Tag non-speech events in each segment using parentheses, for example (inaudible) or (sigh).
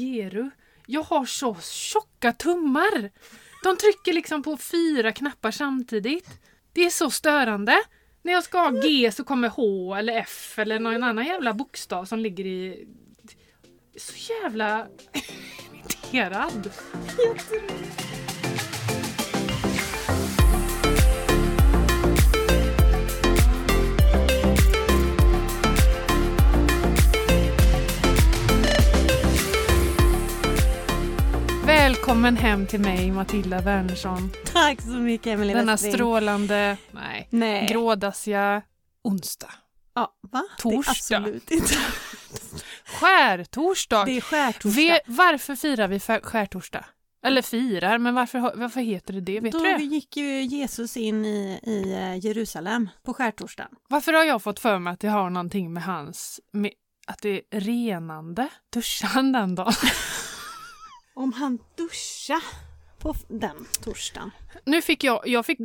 Geru. Jag har så tjocka tummar! De trycker liksom på fyra knappar samtidigt. Det är så störande. När jag ska ha G så kommer H eller F eller någon annan jävla bokstav som ligger i... Så jävla irriterad. Välkommen hem till mig Matilda Wernersson. Tack så mycket Emelie Denna Westring. strålande, nej, Nej. grådassiga onsdag. ja, va? Det Torsdag. är absolut inte. Skärtorsdag! Det är skärtorsdag. Ve- varför firar vi fär- skärtorsdag? Eller firar, men varför, har- varför heter det det? Vet Då du det? gick ju Jesus in i, i eh, Jerusalem på skärtorsdagen. Varför har jag fått för mig att det har någonting med hans... Med, att det är renande? Duschar han (laughs) den dagen? Om han duscha på f- den torsdagen. Nu fick jag, jag fick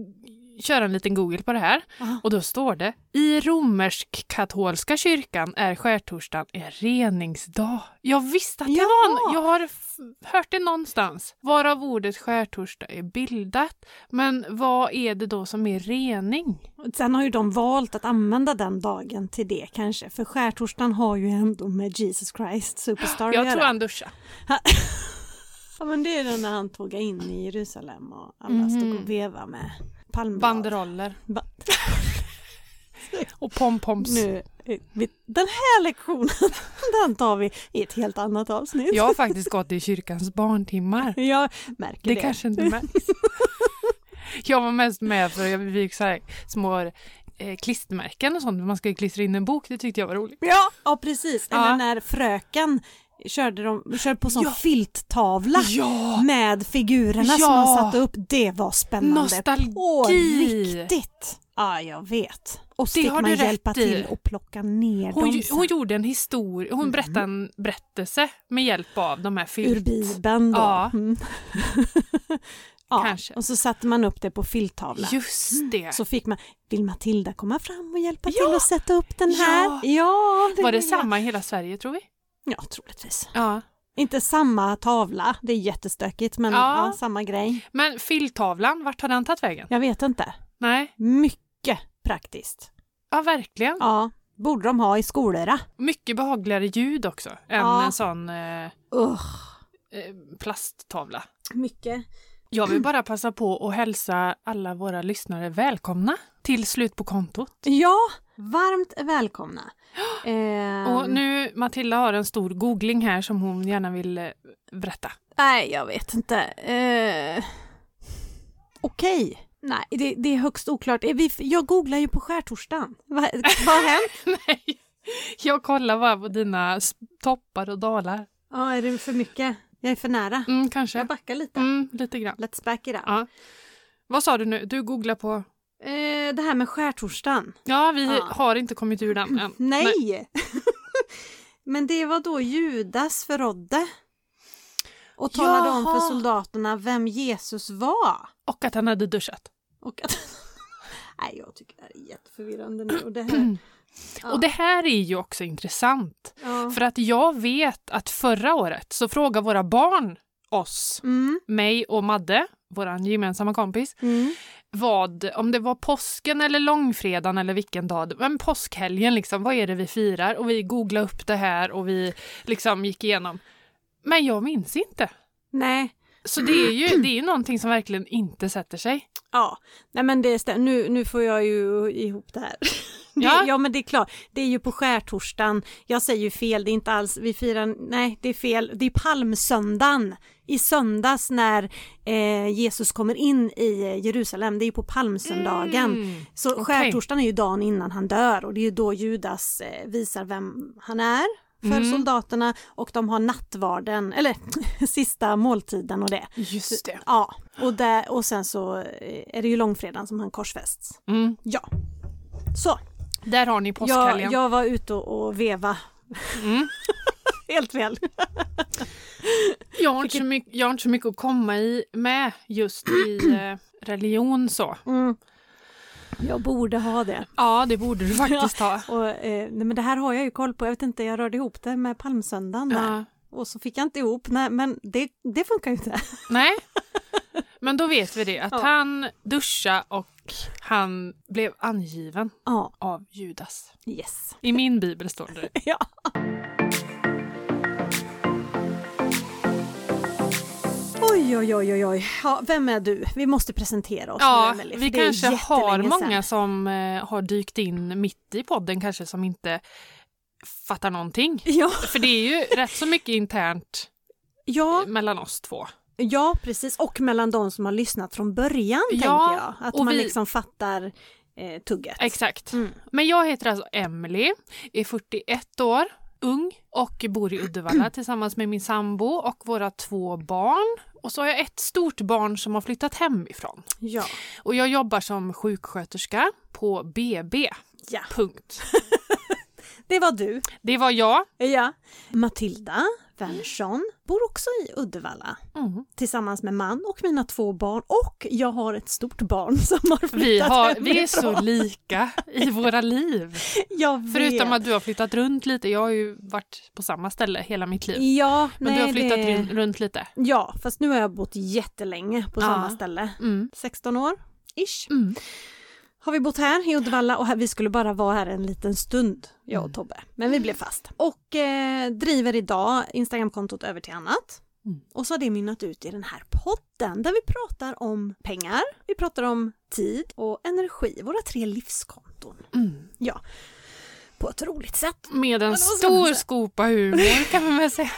köra en liten google på det här Aha. och då står det i romersk-katolska kyrkan är skärtorsdagen en reningsdag. Jag visste att det var Jaha. en, Jag har f- hört det någonstans. Varav ordet skärtorsdag är bildat. Men vad är det då som är rening? Sen har ju de valt att använda den dagen till det kanske, för skärtorsdagen har ju ändå med Jesus Christ Superstar att Jag göra. tror han duschar. Ja men det är den när han tågar in i Jerusalem och alla stod och vevade med palmblad. Mhm. Banderoller Ba- och pompoms. Nu, eh, vi- den här lektionen, (laughs) den tar vi i ett helt annat avsnitt. Jag har faktiskt gått i kyrkans (laughs) barntimmar. (laughs) Jag märker Det, det. kanske inte märks. (laughs) jag var mest med för jag fick så här små eh, klistermärken och sånt. Man ska ju klistra in en bok, det tyckte jag var roligt. Ja, ja precis. Ja. Eller när fröken körde, de, körde på sån Ja. filttavla Ja! med figurerna som Ja. man satte upp. Det var spännande. Nostalgi. På riktigt! Ja, jag vet. Och så Det fick har man du rätt hjälpa i. till och plocka ner Hon, dem ju- sen hon gjorde en historia, hon berättade en berättelse med hjälp av de här ur filmerna. Bibeln då. Ja. Mm. (laughs) ja. Kanske. Och så satte man upp det på filttavla. Just det! Så fick man, vill Matilda komma fram och hjälpa Ja! till att sätta upp den Ja! här? Ja, var det vill jag. samma i hela Sverige tror vi? Ja, troligtvis. Ja. Inte samma tavla, det är jättestökigt, men Ja. ja. samma grej. Men filtavlan, vart har den tagit vägen? Jag vet inte. Nej, Mycket praktiskt. ja verkligen. Ja, borde de ha i skolorna. Mycket behagligare ljud också än Ja. en sån eh, Ugh, eh, plasttavla. mycket. Jag vill bara passa på att hälsa alla våra lyssnare välkomna till Slut på kontot. Ja, varmt (gasps) välkomna. Ehm, Och nu, Matilda har en stor googling här som hon gärna vill eh, berätta. (laughs) Nej, jag vet inte. Eh, Okej. Nej, det, det är högst oklart. Är vi, jag googlar ju på skärtorsdagen. Va, vad har hänt? Nej, jag kollar bara på dina s- toppar och dalar. Ja, är det för mycket? Jag är för nära. Mm, Jag kanske. backar lite. Mm, lite grann. Let's back it up. Ja. Vad sa du nu? Du googlar på... Eh, det här med skärtorsdagen. Ja, vi Ja. har inte kommit ur den än. Nej! (laughs) Men det var då Judas förrådde och talade om för Jaha. soldaterna vem Jesus var. Och att han hade duschat. Och att... (laughs) Nej, jag tycker det här är jätteförvirrande nu. Och det (clears throat) här... Ja. Och det här är ju också intressant. Ja. För att jag vet att förra året så frågade våra barn oss Mm, mig och Madde, vår gemensamma kompis, mm. vad, om det var påsken eller långfredagen eller vilken dag, det- men påskhelgen liksom, vad är det vi firar? Och vi googlade upp det här och vi liksom gick igenom. Men jag minns inte. Nej, Så det är ju det är ju någonting som verkligen inte sätter sig. Ja, nej men det stämmer. Nu, nu får jag ju ihop det här. (laughs) Det, Ja. ja. men det är klart, det är ju på skärtorsdagen. Jag säger ju fel, det är inte alls, vi firar, nej det är fel, det är palmsöndagen. I söndags när eh, Jesus kommer in i Jerusalem, det är ju på palmsöndagen. Mm. Så okej. skärtorsdagen är ju dagen innan han dör och det är ju då Judas eh, visar vem han är för Mm. soldaterna och de har nattvarden, eller (laughs) sista måltiden och det. Just det. Ja, och, där, och sen så eh, är det ju långfredagen som han korsfästs. Mm. Ja. Så, Där har ni jag, påskhelgen. jag var ute och, och veva. (laughs) Mm. Helt fel. Jag, har inte så mycket, jag har inte så mycket att komma i med just i eh, religion så. Jag borde ha det. Ja, det borde du faktiskt ha. Och, eh, nej, men det här har jag ju koll på. Jag vet inte, jag rörde ihop det med palmsöndagen där. Ja. Och så fick jag inte ihop, nej men det, det funkar (laughs) ju inte. Nej. Men då vet vi det, att Ja. han duscha och han blev angiven Ja, av Judas. (laughs) yes. I min bibel står det. Ja. Oj, oj, oj, oj, oj. Ja, vem är du? Vi måste presentera oss Ja, nu, Emelie, för vi det är kanske har jättelänge sedan. många som eh, har dykt in mitt i podden kanske som inte fattar någonting. Ja, För det är ju rätt så mycket internt ja, mellan oss två. Ja, precis. Och mellan de som har lyssnat från början, Ja, tänker jag. Att och man vi- liksom fattar eh, tugget. Exakt. Mm. Men jag heter alltså Emily, är 41 år, ung och bor i (clears throat) Uddevalla tillsammans med min sambo och våra två barn. Och så har jag ett stort barn som har flyttat hemifrån. Ja. Och jag jobbar som sjuksköterska på BB. ja, Punkt. det var du. Det var jag. Ja. Matilda Wernersson bor också i Uddevalla Mm. tillsammans med man och mina två barn och jag har ett stort barn (laughs) som har flyttat Vi, har, vi är hemifrån. så lika i våra (laughs) liv. Jag vet. Förutom att du har flyttat runt lite. Jag har ju varit på samma ställe hela mitt liv. Ja, Men nej, du har flyttat det... run- runt lite. Ja, fast nu har jag bott jättelänge på Ja. samma ställe. Mm. 16 år, ish. Mm. har vi bott här i Uddevalla och här, vi skulle bara vara här en liten stund, jag Mm. och Tobbe. Men vi blev fast. Och eh, driver idag Instagramkontot över till annat. Mm. Och så har det mynnat ut i den här podden där vi pratar om pengar, vi pratar om tid och energi, våra tre livskonton. Mm. På ett roligt sätt. (laughs) Med Eller en vad ska man stor säga? skopa humor kan man väl säga.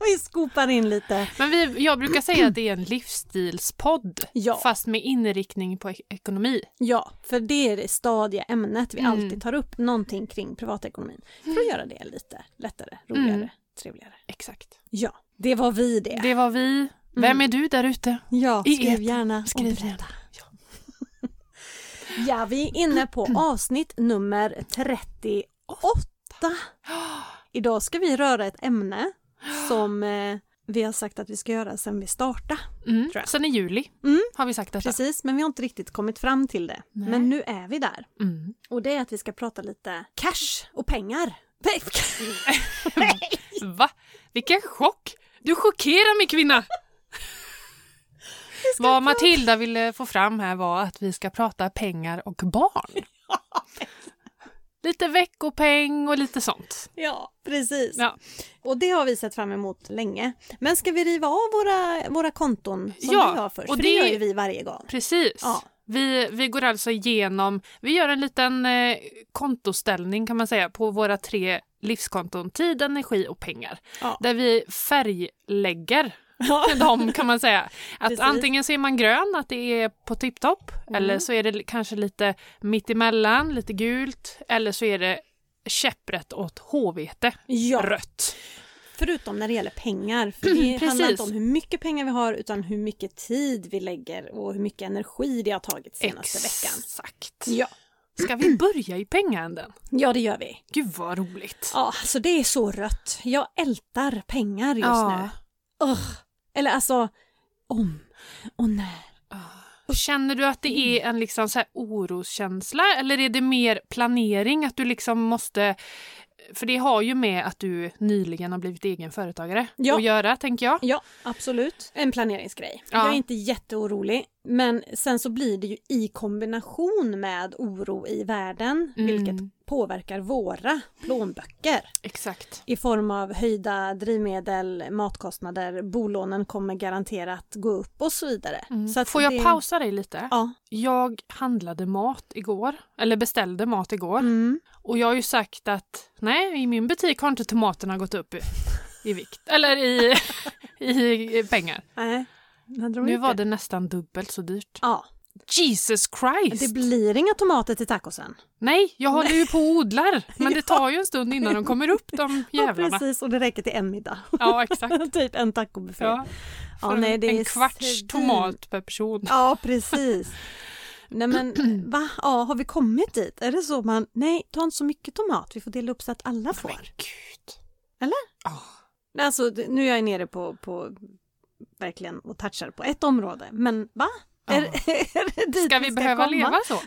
vi skopar in lite. Men vi, jag brukar säga att det är en livsstilspodd. (clears throat) Ja. Fast med inriktning på ek- ekonomi. Ja, för det är det stadiga ämnet vi Mm. alltid tar upp, någonting kring privatekonomin. För att göra det lite lättare, roligare, Mm. trevligare. Exakt. Ja, det var vi det. Det var vi. Vem Mm. är du där ute? Ja, I skriv etern. gärna Skriv och berätta. gärna. Ja, vi är inne på Mm. avsnitt nummer 38. (gasps) Idag ska vi röra ett ämne (gasps) som eh, vi har sagt att vi ska göra sedan vi startade. Mm. Tror jag. Sen i juli Mm. har vi sagt detta. Precis, men vi har inte riktigt kommit fram till det. Nej. Men nu är vi där. Mm. Och det är att vi ska prata lite cash och pengar. Nej, (laughs) Va? Vilken chock! Du chockerar mig (laughs) kvinna! vi ska Vad prata- Matilda ville få fram här var att vi ska prata pengar och (laughs) barn. Lite veckopeng och lite sånt. Ja, precis. Ja. Och det har vi sett fram emot länge. Men ska vi riva av våra, våra konton som Ja, vi har först? och För det det- gör ju vi varje gång. Precis. Ja. Vi, vi går alltså igenom, vi gör en liten eh, kontoställning kan man säga på våra tre livskonton, tid, energi och pengar. Ja. Där vi färglägger Ja. (laughs) dem kan man säga. Att Precis. Mm. antingen så är man grön, att det är på tipptopp, eller så är det kanske lite mittemellan, lite gult, eller så är det käpprätt åt hårvete, Ja, rött. förutom när det gäller pengar. (clears throat) För det handlar Precis. inte om hur mycket pengar vi har utan hur mycket tid vi lägger och hur mycket energi det har tagit senaste veckan. Exakt. Ja. Ska vi börja i pengaänden? ja, det gör vi. Gud vad roligt. Ja, så det är så rött. Jag ältar pengar just nu. Ugh. Eller alltså, om och när. Och Känner du att det Mm. är en liksom så här oroskänsla eller är det mer planering att du liksom måste... För det har ju med att du nyligen har blivit egen företagare Ja. att göra, tänker jag. Ja, absolut. En planeringsgrej. Ja. Jag är inte jätteorolig, men sen så blir det ju i kombination med oro i världen, Mm. vilket påverkar våra plånböcker Exakt. i form av höjda drivmedel, matkostnader, bolånen kommer garanterat gå upp och så vidare. Mm. Så att Får jag det- pausa dig lite? Ja. Jag handlade mat igår, eller beställde mat igår. Mm. Och jag har ju sagt att nej, i min butik har inte tomaterna gått upp i, i vikt. Eller (laughs) i, i pengar. Nej, jag tror Nu inte. var det nästan dubbelt så dyrt. Ja, Jesus Christ! det blir inga tomater till tacosen. Nej, jag håller ju på och odlar. Men (laughs) det tar ju en stund innan de kommer upp, de Ja, jävlarna. precis. Och det räcker till en middag. Ja, exakt. (laughs) typ en tacobuffé. Ja, Ja, för nej, det en är kvarts svin- tomat per person. Ja, (laughs) precis. Nej men va? Ja, har vi kommit dit? Är det så man, nej ta inte så mycket tomat, vi får dela upp så att alla får. Men gud. Nej, Alltså det- nu är jag nere på, på verkligen och touchar på ett område, men va? Ja. Är, (laughs) är det dit Ska vi behöva komma? leva (laughs) så?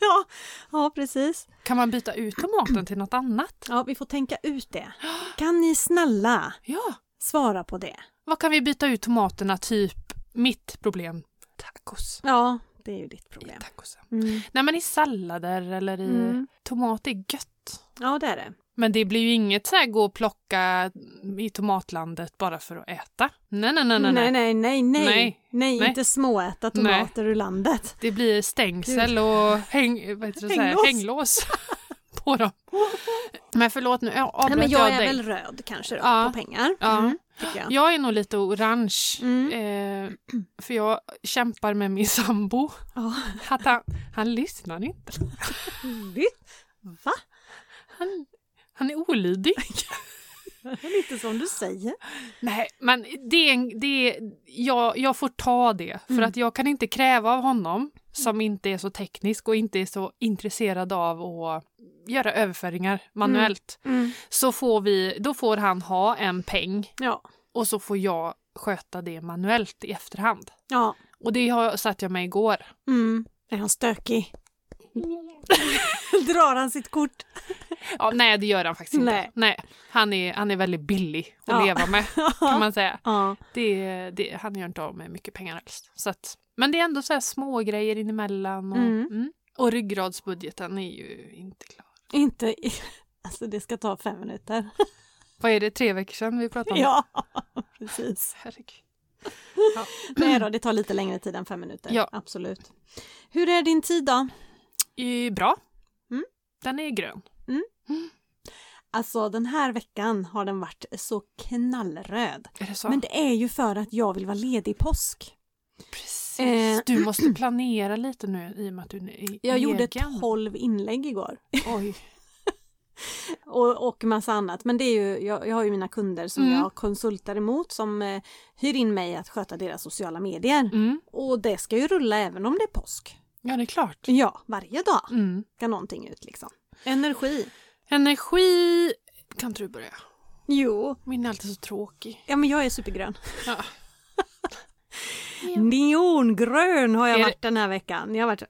Ja, ja, precis. Kan man byta ut tomaten till något annat? (gasps) Ja, vi får tänka ut det. Kan ni snälla Ja, Svara på det. Vad kan vi byta ut tomaterna? Typ mitt problem. Tacos. Ja, det är ju ditt I problem. tacosen. Mm. Nej men i sallader eller i... Mm. Tomat är gött. Ja, det är det. Men det blir ju inget så här gå och plocka i tomatlandet bara för att äta. Nej, nej, nej, nej. nej. Nej, nej, nej, nej. Nej. Nej, Nej. inte småäta tomater ur landet. Det blir stängsel och häng, vad heter det, så här, Hänglås. hänglås (laughs) på dem. Men förlåt nu, jag Nej, avbröt men jag jag är dig. väl röd kanske då, Ja. på pengar. Ja. Mm, tycker jag. Jag är nog lite orange. Mm. Eh, för jag kämpar med min sambo. Ja. Att han, han lyssnar inte. Va? Han, han är olydig. Det är inte som du säger. Nej, men det är en, det är, jag, jag får ta det. För Mm. att jag kan inte kräva av honom som inte är så teknisk och inte är så intresserad av att göra överföringar manuellt. Så får vi, då får han ha en peng Ja. och så får jag sköta det manuellt i efterhand. ja. Och det har, satt jag med igår. Mm. Är han stökig? (laughs) Drar han sitt kort? Ja, nej, det gör han faktiskt inte. Nej. Nej. Han, är, han är väldigt billig att Ja. leva (laughs) med kan man säga. Ja. Det, det, han gör inte av med mycket pengar alls. Så att, men det är ändå så här små grejer in emellan. Och, mm. Mm. och ryggradsbudgeten är ju inte klar. Inte... i- Alltså det ska ta fem minuter. Vad är det, tre veckor sedan vi pratade om Ja, precis. det? Herregud. Nej då, det tar lite längre tid än fem minuter. Ja. Absolut. Hur är din tid då? Eh, Bra. Mm. Den är grön. Alltså den här veckan har den varit så knallröd. Är det så? Men det är ju för att jag vill vara ledig i påsk. Precis. Eh, Du måste planera lite nu i och med att du är i- Jag gjorde egen. 12 inlägg igår. Oj. Och, och massa annat. Men det är ju, jag, jag har ju mina kunder som Mm. jag konsultar emot som eh, hyr in mig att sköta deras sociala medier. Mm. Och det ska ju rulla även om det är påsk. Ja, det är klart. Ja, varje dag Mm. ska någonting ut liksom. Energi. Energi... Kan inte du börja? Jo, Min är alltid så tråkig. ja men jag är supergrön. Ja. Mm. Neongrön har jag Är det- varit den här veckan. Jag har varit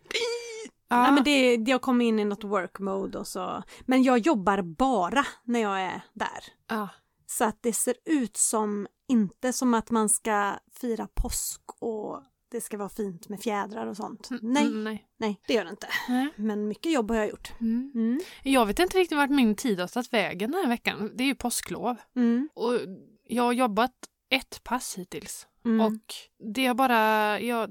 Ja. Nej, men det, det- jag kom in i något work mode och så. Men jag jobbar bara när jag är där. ja. Så att det ser ut som, inte som att man ska fira påsk och det ska vara fint med fjädrar och sånt. Nej, Mm, nej. nej, det gör det inte. Nej. Men mycket jobb har jag gjort. Mm. Mm. Jag vet inte riktigt vart min tid har tagit vägen den här veckan. Det är ju påsklov. Mm. Och jag har jobbat ett pass hittills. Mm. Och det har bara... Ja,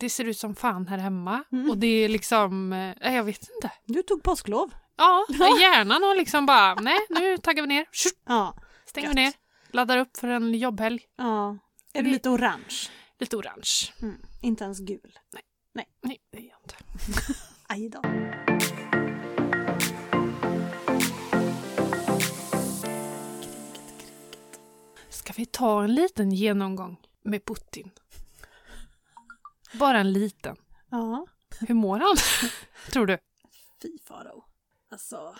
det ser ut som fan här hemma. Mm. Och det är liksom... eh, jag vet inte. Du tog påsklov. Ja, (laughs) hjärnan har liksom bara... Nej, nu taggar vi ner. Tjut, Ja. Stänger vi Gött. ner. Laddar upp för en jobbhelg. ja. Är du Det- lite orange? Lite orange. Mm. Inte ens gul. Nej, det är jag inte. Aj då. Ska vi ta en liten genomgång med Putin? Bara en liten. Ja. Hur mår han? (laughs) Tror du? Fy farao. Alltså.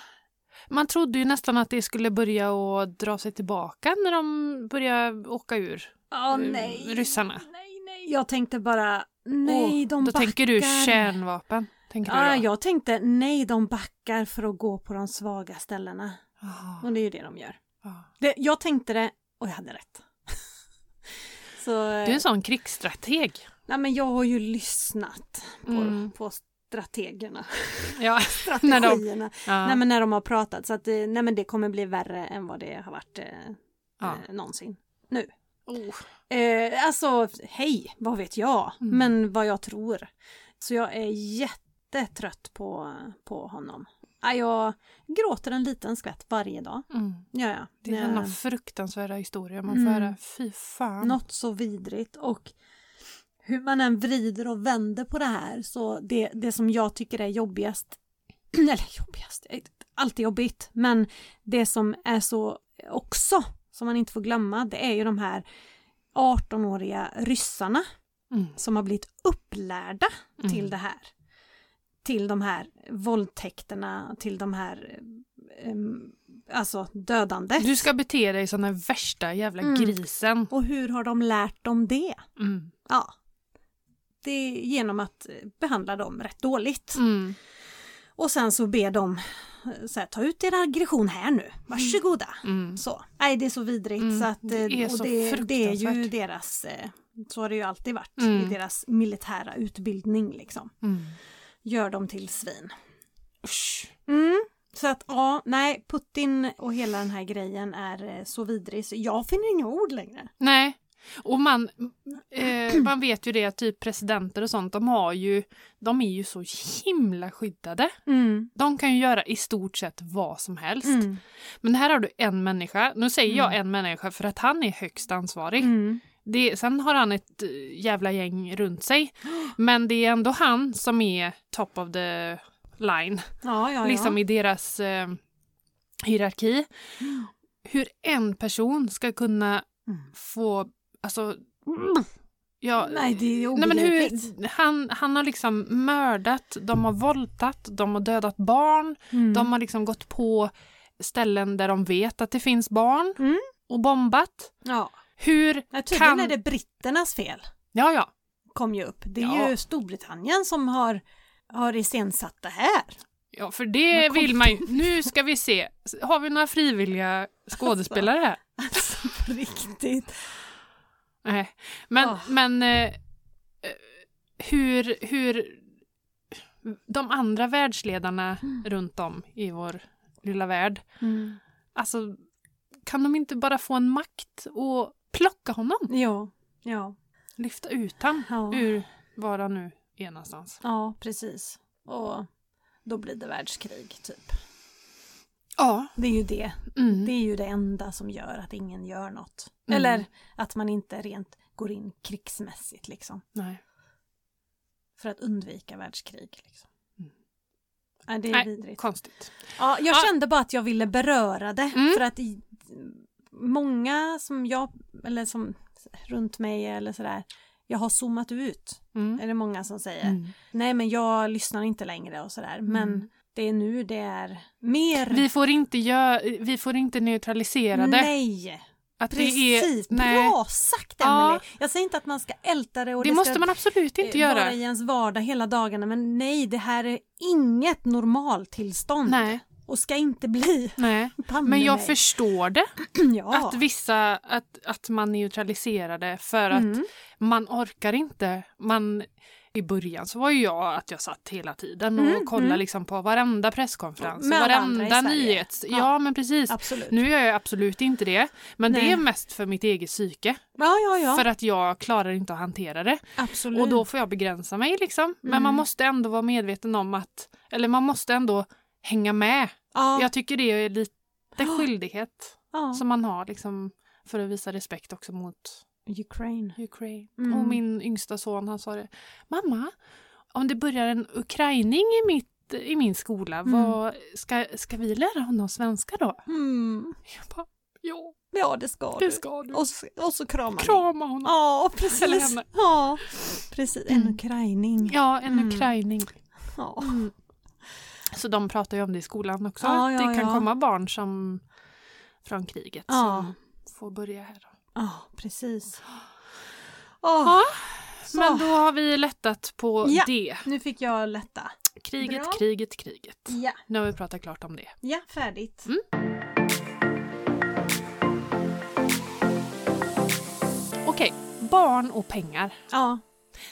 Man trodde ju nästan att det skulle börja att dra sig tillbaka när de började åka ur. Ja, Mm, nej. ryssarna. Nej, nej. Jag tänkte bara, nej, Åh, de Då backar. Ah, tänker du kärnvapen. Tänker Ja, du då? jag tänkte, nej, de backar för att gå på de svaga ställena. Ah, Och det är ju det de gör. ah. Det, jag tänkte det, och jag hade rätt. (laughs) Så, Du är en sån krigsstrateg. nej, men jag har ju lyssnat på, Mm. på strategerna. (laughs) Ja. När de- Strategierna. Ja. Nej, men när de har pratat. Så att, eh, nej, men det kommer bli värre än vad det har varit eh, Ja. eh, någonsin. Nu. Oh. Eh, alltså, hej, vad vet jag? Mm. Men vad jag tror. Så jag är jättetrött på, på honom. Ja, Jag gråter en liten skvätt varje dag. Mm. Ja, ja. Det är Eh, denna fruktansvärda historia man får Mm. höra. Fy fan. Något så vidrigt och hur man än vrider och vänder på det här så det, det som jag tycker är jobbigast, (clears throat) eller jobbigast, allt är jobbigt, men det som är så också, som man inte får glömma, det är ju de här 18-åriga ryssarna Mm. som har blivit upplärda Mm. till det här. Till de här våldtäkterna, till de här eh, em, alltså dödandet. Du ska bete dig som den värsta jävla Mm. grisen. Och hur har de lärt dem det? Mm. Ja. Det är genom att eh, behandla dem rätt dåligt. Mm. Och sen så ber de eh, så här, ta ut er aggression här nu, varsågoda. Mm. Så. Nej, det är så vidrigt Mm, så att, eh, det är och så det, det är ju fruktansvärt. deras, eh, så har det ju alltid varit, Mm. i deras militära utbildning liksom. Mm. Gör dem till svin. Usch. Mm. Så att ja, nej, Putin och hela den här grejen är eh, så vidrig så jag finner inga ord längre. Nej. Och man, eh, (clears throat) man vet ju det att typ presidenter och sånt, de har ju, de är ju så himla skyddade. Mm. De kan ju göra i stort sett vad som helst. Mm. Men här har du en människa, nu säger jag Mm. en människa för att han är högst ansvarig. Mm. Det, sen har han ett eh, jävla gäng runt sig. (gasps) Men det är ändå han som är top of the line, Ja, ja, ja. liksom i deras eh, hierarki. (gasps) Hur en person ska kunna Mm. få, alltså, ja, nej, det är Nej men hur, obegripligt. han, han har liksom mördat, de har våldtagit, de har dödat barn, Mm. de har liksom gått på ställen där de vet att det finns barn Mm. och bombat. Ja, Hur ja, tydligen Kan- är det britternas fel, Ja, ja. kom ju upp. Det är Ja. ju Storbritannien som har, har iscensatt det här. (laughs) Ja, för det Men kom- vill man ju. Nu ska vi se. Har vi några frivilliga skådespelare här? Alltså på riktigt. Nej. Men, Ah. men eh, eh, hur, hur de andra världsledarna Mm. runt om i vår lilla värld, alltså kan de inte bara få en makt och plocka honom? Ja, ja, Lyfta ut han Ja. ur var han nu är någonstans. ja, precis. Och då blir det världskrig, typ. Ja. Det är ju det. Mm. Det är ju det enda som gör att ingen gör något. Mm. Eller att man inte rent går in krigsmässigt, liksom. Nej. För att undvika världskrig, liksom. Mm. Nej, det är Nej. vidrigt. Konstigt. Ja, jag Ja. kände bara att jag ville beröra det Mm. för att i, många som jag, eller som runt mig eller sådär, jag har zoomat ut, Mm. är det många som säger. Mm. Nej men jag lyssnar inte längre och sådär, Eh, men det är nu det är mer Vi får inte, gö- vi får inte neutralisera det. Nej! Att det är, Precis, nej, bra sagt Ja. Emelie! Jag säger inte att man ska älta det och det det måste ska man absolut inte eh, vara göra. i ens vardag hela dagarna, men nej, det här är inget normaltillstånd Nej, och ska inte bli. nej. Banne Men jag mig. förstår det, ja. att vissa, att, att man neutraliserar det för att Mm. man orkar inte. Man, I början så var ju jag att jag satt hela tiden och Mm, kollade mm. liksom på varenda presskonferens, och Med alla andra i varenda Sverige. nyhets... Ja, Ja. men precis. Absolut. Nu gör jag absolut inte det, men det Nej. är mest för mitt eget psyke. Ja, ja, ja. För att jag klarar inte att hantera det. Absolut. Och då får jag begränsa mig liksom. Men Mm. man måste ändå vara medveten om att, eller man måste ändå hänga med. ja, Jag tycker det är lite skyldighet ja. som man har liksom för att visa respekt också mot Ukraine. Ukraina. Mm. Och min yngsta son han sa det, mamma, om det börjar en ukraining i, mitt, i min skola, Mm. vad, ska, ska vi lära honom svenska då? Mm. Jag bara, ja, Ja, det ska det du. ska du. Och, så, och så kramar ni. Krama honom. Ja, Eller precis. henne. Ja, precis. En Mm. ukraining. Ja, Mm. en Mm. ukraining. Ja. Så de pratar ju om det i skolan också. Ja, att ja, det kan ja. komma barn som från kriget Ja. som får börja här. Då. ja, precis. Ja, Åh, så. Men då har vi lättat på Ja. det. Nu fick jag lätta. Kriget, Bra. kriget, kriget. Ja, Nu har vi pratat klart om det. ja färdigt. Mm. Okej, barn och pengar. Ja.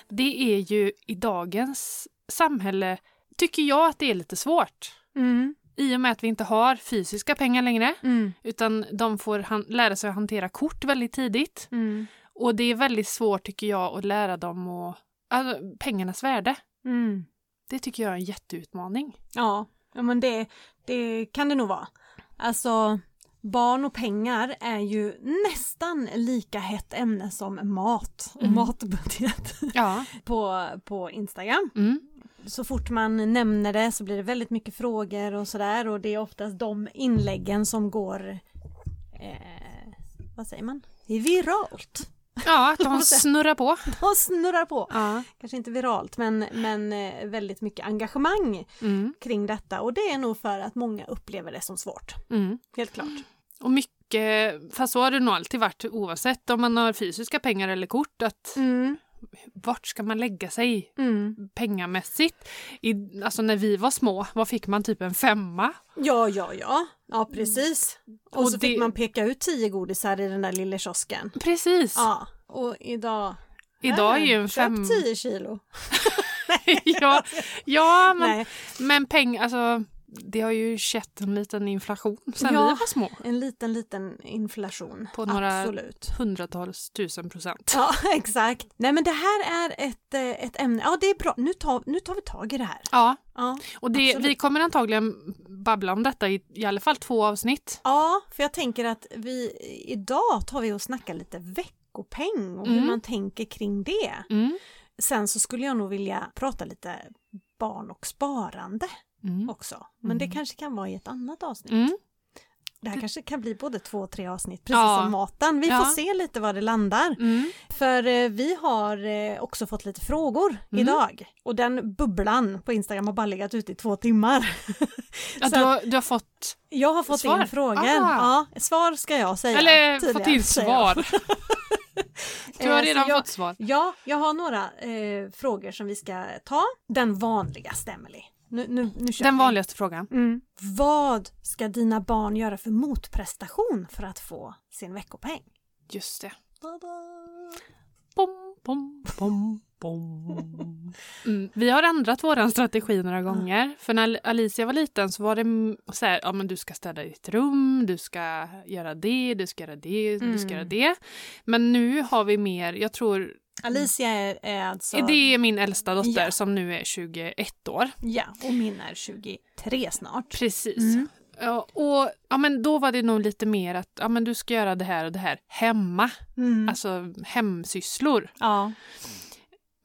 Det är ju i dagens samhälle, tycker jag att det är lite svårt. Mm. I och med att vi inte har fysiska pengar längre, Mm. utan de får han- lära sig att hantera kort väldigt tidigt. Mm. Och det är väldigt svårt tycker jag att lära dem och, alltså, pengarnas värde. Mm. Det tycker jag är en jätteutmaning. Ja, ja, men det, det kan det nog vara. Alltså, barn och pengar är ju nästan lika hett ämne som mat och Mm. matbudget (laughs) Ja. på, på Instagram. Mm. Så fort man nämner det så blir det väldigt mycket frågor och sådär och det är oftast de inläggen som går, eh, vad säger man, viralt. (laughs) Ja, (laughs) att de snurrar på. De snurrar på. Ja. Kanske inte viralt men, men eh, väldigt mycket engagemang Mm. kring detta och det är nog för att många upplever det som svårt. Mm. Helt klart. Och Mm. mycket, fast så har det nog alltid varit oavsett om man har fysiska pengar eller kort, att vart ska man lägga sig Mm. pengamässigt? I, alltså när vi var små, vad fick man? Typ en femma? Ja, ja, ja. Ja, precis. Och, Och så det- fick man peka ut tio godisar i den där lilla kiosken. Precis! Ja, och idag... Idag är ju en Köp femma... 10 kilo. (laughs) ja, ja, men, Nej, men pengar, alltså det har ju skett en liten inflation sen Ja. vi var små. en liten, liten inflation. På några- Absolut. Hundratals tusen procent. Ja, (laughs) exakt. Nej, men det här är ett, eh, ett ämne. Ja, det är bra. Nu tar, nu tar vi tag i det här. Ja, Ja. och det, Absolut. vi kommer antagligen babbla om detta i, i alla fall två avsnitt. ja, för jag tänker att vi idag tar vi och snackar lite veckopeng och hur Mm. man tänker kring det. Mm. Sen så skulle jag nog vilja prata lite barn och sparande Mm. också. Men det Mm. kanske kan vara i ett annat avsnitt. Mm. Det här kanske kan bli både två och tre avsnitt, precis Ja. som maten. Vi Ja. får se lite var det landar. Mm. För eh, vi har eh, också fått lite frågor Mm. idag. Och den bubblan på Instagram har bara legat ute i två timmar. Ja, Så du, har, du har fått, Jag har fått Svar? in frågor. Ah. Ja, svar ska jag säga. eller fått tydligen, in säger jag. svar. (laughs) Du har Eh, så redan jag- fått svar. Ja, jag har några eh, frågor som vi ska ta. Den vanligaste, Emelie. Nu, nu, nu kör Den vi. vanligaste frågan. Mm. Vad ska dina barn göra för motprestation för att få sin veckopeng? Just det. Tada! Bom, bom, bom, bom. (laughs) Mm. Vi har ändrat vår strategi några gånger. För när Alicia var liten så var det mm, så här, ja men du ska städa ditt rum, du ska göra det, du ska göra det, du ska Mm. göra det. Men nu har vi mer, jag tror, Alicia är, är alltså... Eh, det är min äldsta dotter Ja. som nu är 21 år. Ja, och min är 23 snart. Precis. Mm. Ja, och ja, men då var det nog lite mer att ja, men du ska göra det här och det här hemma, Mm. alltså hemsysslor. Ja.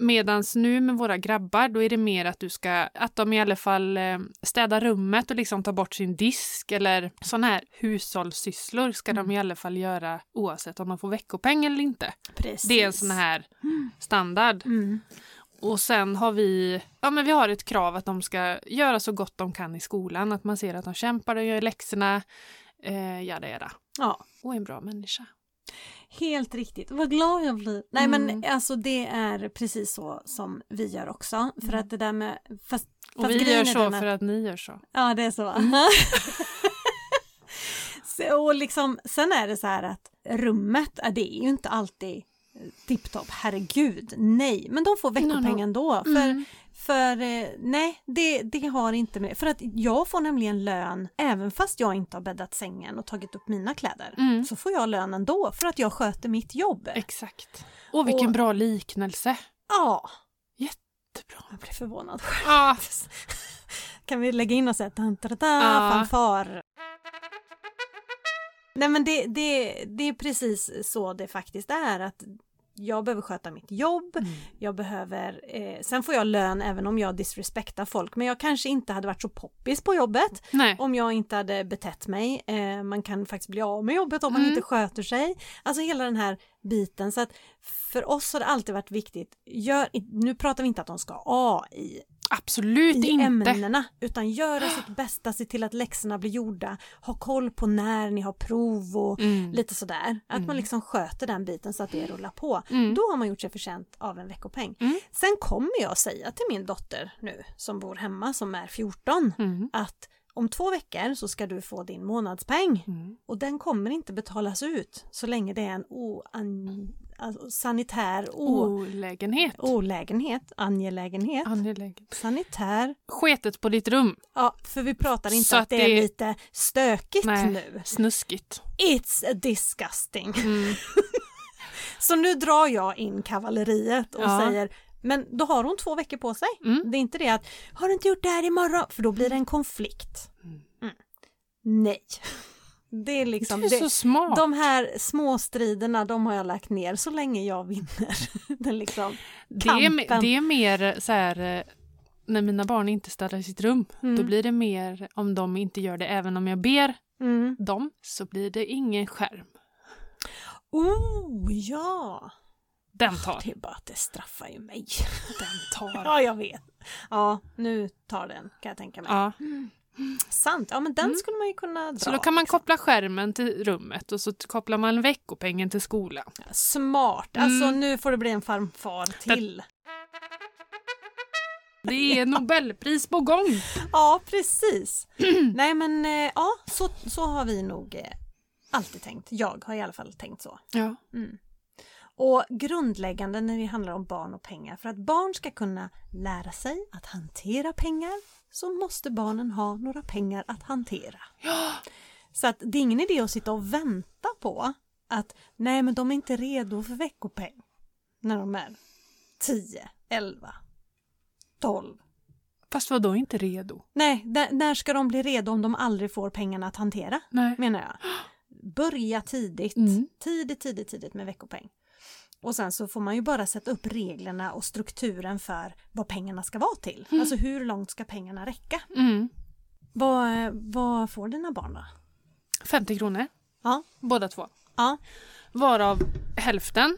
Medan nu med våra grabbar, då är det mer att du ska, att de i alla fall eh, städar rummet och liksom tar bort sin disk eller sådana här hushållssysslor ska Mm. de i alla fall göra oavsett om de får veckopeng eller inte. precis. Det är en sån här standard. Mm. Och sen har vi, ja men vi har ett krav att de ska göra så gott de kan i skolan, att man ser att de kämpar och gör läxorna, eh, jada jada. Ja, Och är en bra människa. helt riktigt. Vad glad jag blir. Nej Mm. men alltså det är precis så som vi gör också. För att det där med... Fast, Och fast vi grejen gör är så den att- för att ni gör så. Ja, det är så. va? (laughs) så och liksom, sen är det så här att rummet, ja, det är ju inte alltid eh, tipptopp, herregud, nej. Mm. Men de får No, veckopeng no. ändå. För, Mm. för eh, nej, det, det har inte med... För att jag får nämligen lön, även fast jag inte har bäddat sängen och tagit upp mina kläder, Mm. så får jag lön ändå för att jag sköter mitt jobb. Exakt. Åh, vilken Och- bra liknelse. Ja, Jättebra. jag blir förvånad. (laughs) Ja. kan vi lägga in och säga tantarata, Ja. fanfar. Nej men det, det, det är precis så det faktiskt är att jag behöver sköta mitt jobb, jag behöver, eh, sen får jag lön även om jag disrespektar folk men jag kanske inte hade varit så poppis på jobbet Nej. om jag inte hade betett mig. Eh, man kan faktiskt bli av med jobbet om man Mm. inte sköter sig. Alltså hela den här biten. Så att för oss har det alltid varit viktigt, gör, i- nu pratar vi inte att de ska A i, Absolut i inte. ämnena, utan göra sitt bästa, se till att läxorna blir gjorda, ha koll på när ni har prov och Mm. lite sådär. Att Mm. man liksom sköter den biten så att det rullar på. Mm. Då har man gjort sig förtjänt av en veckopeng. Mm. Sen kommer jag säga till min dotter nu, som bor hemma, som är 14, Mm. att om två veckor så ska du få din månadspeng Mm. och den kommer inte betalas ut så länge det är en oan, alltså sanitär o, Olägenhet. olägenhet, angelägenhet, Angeläget. sanitär. Sketet på ditt rum. Ja, för vi pratar inte Så att att det, det- är lite stökigt Nej. nu. Snuskigt. It's disgusting. Mm. Så nu drar jag in kavalleriet och Ja. säger men då har hon två veckor på sig. Mm. Det är inte det att har du inte gjort det här imorgon? För då blir det en konflikt. Mm. Mm. Nej. Det är liksom du är det, så smart. de här små striderna de har jag lagt ner så länge jag vinner. (laughs) Den liksom, det, är, me- kampen. det är mer så här eh, när mina barn inte städar sitt rum. Då Mm. blir det mer om de inte gör det även om jag ber mm. dem så blir det ingen skärm. Oh ja! Den tar. Det är bara att det straffar ju mig. Den tar. Ja jag vet. Ja nu tar den kan jag tänka mig. Ja. Mm. Sant, ja men den skulle man ju kunna dra. Så då kan man koppla skärmen till rummet och så t- kopplar man veckopengen till skolan. Smart, alltså Mm. nu får det bli en farfar till. Det är nobelpris på gång! Ja, (clears throat) precis. Nej men eh, ja, så, så har vi nog eh, alltid tänkt. Jag har i alla fall tänkt så. Ja. Och grundläggande när det handlar om barn och pengar. För att barn ska kunna lära sig att hantera pengar så måste barnen ha några pengar att hantera. Så att det är ingen idé att sitta och vänta på att nej men de är inte redo för veckopeng när de är 10, 11, 12. Fast vadå inte redo? Nej, när- när ska de bli redo om de aldrig får pengarna att hantera? Nej. menar jag. Börja tidigt, Mm. tidigt, tidigt, tidigt med veckopeng. Och sen så får man ju bara sätta upp reglerna och strukturen för vad pengarna ska vara till. Alltså hur långt ska pengarna räcka? Mm. Vad, vad får dina barn då? 50 kronor, Ja, båda två. ja, Varav hälften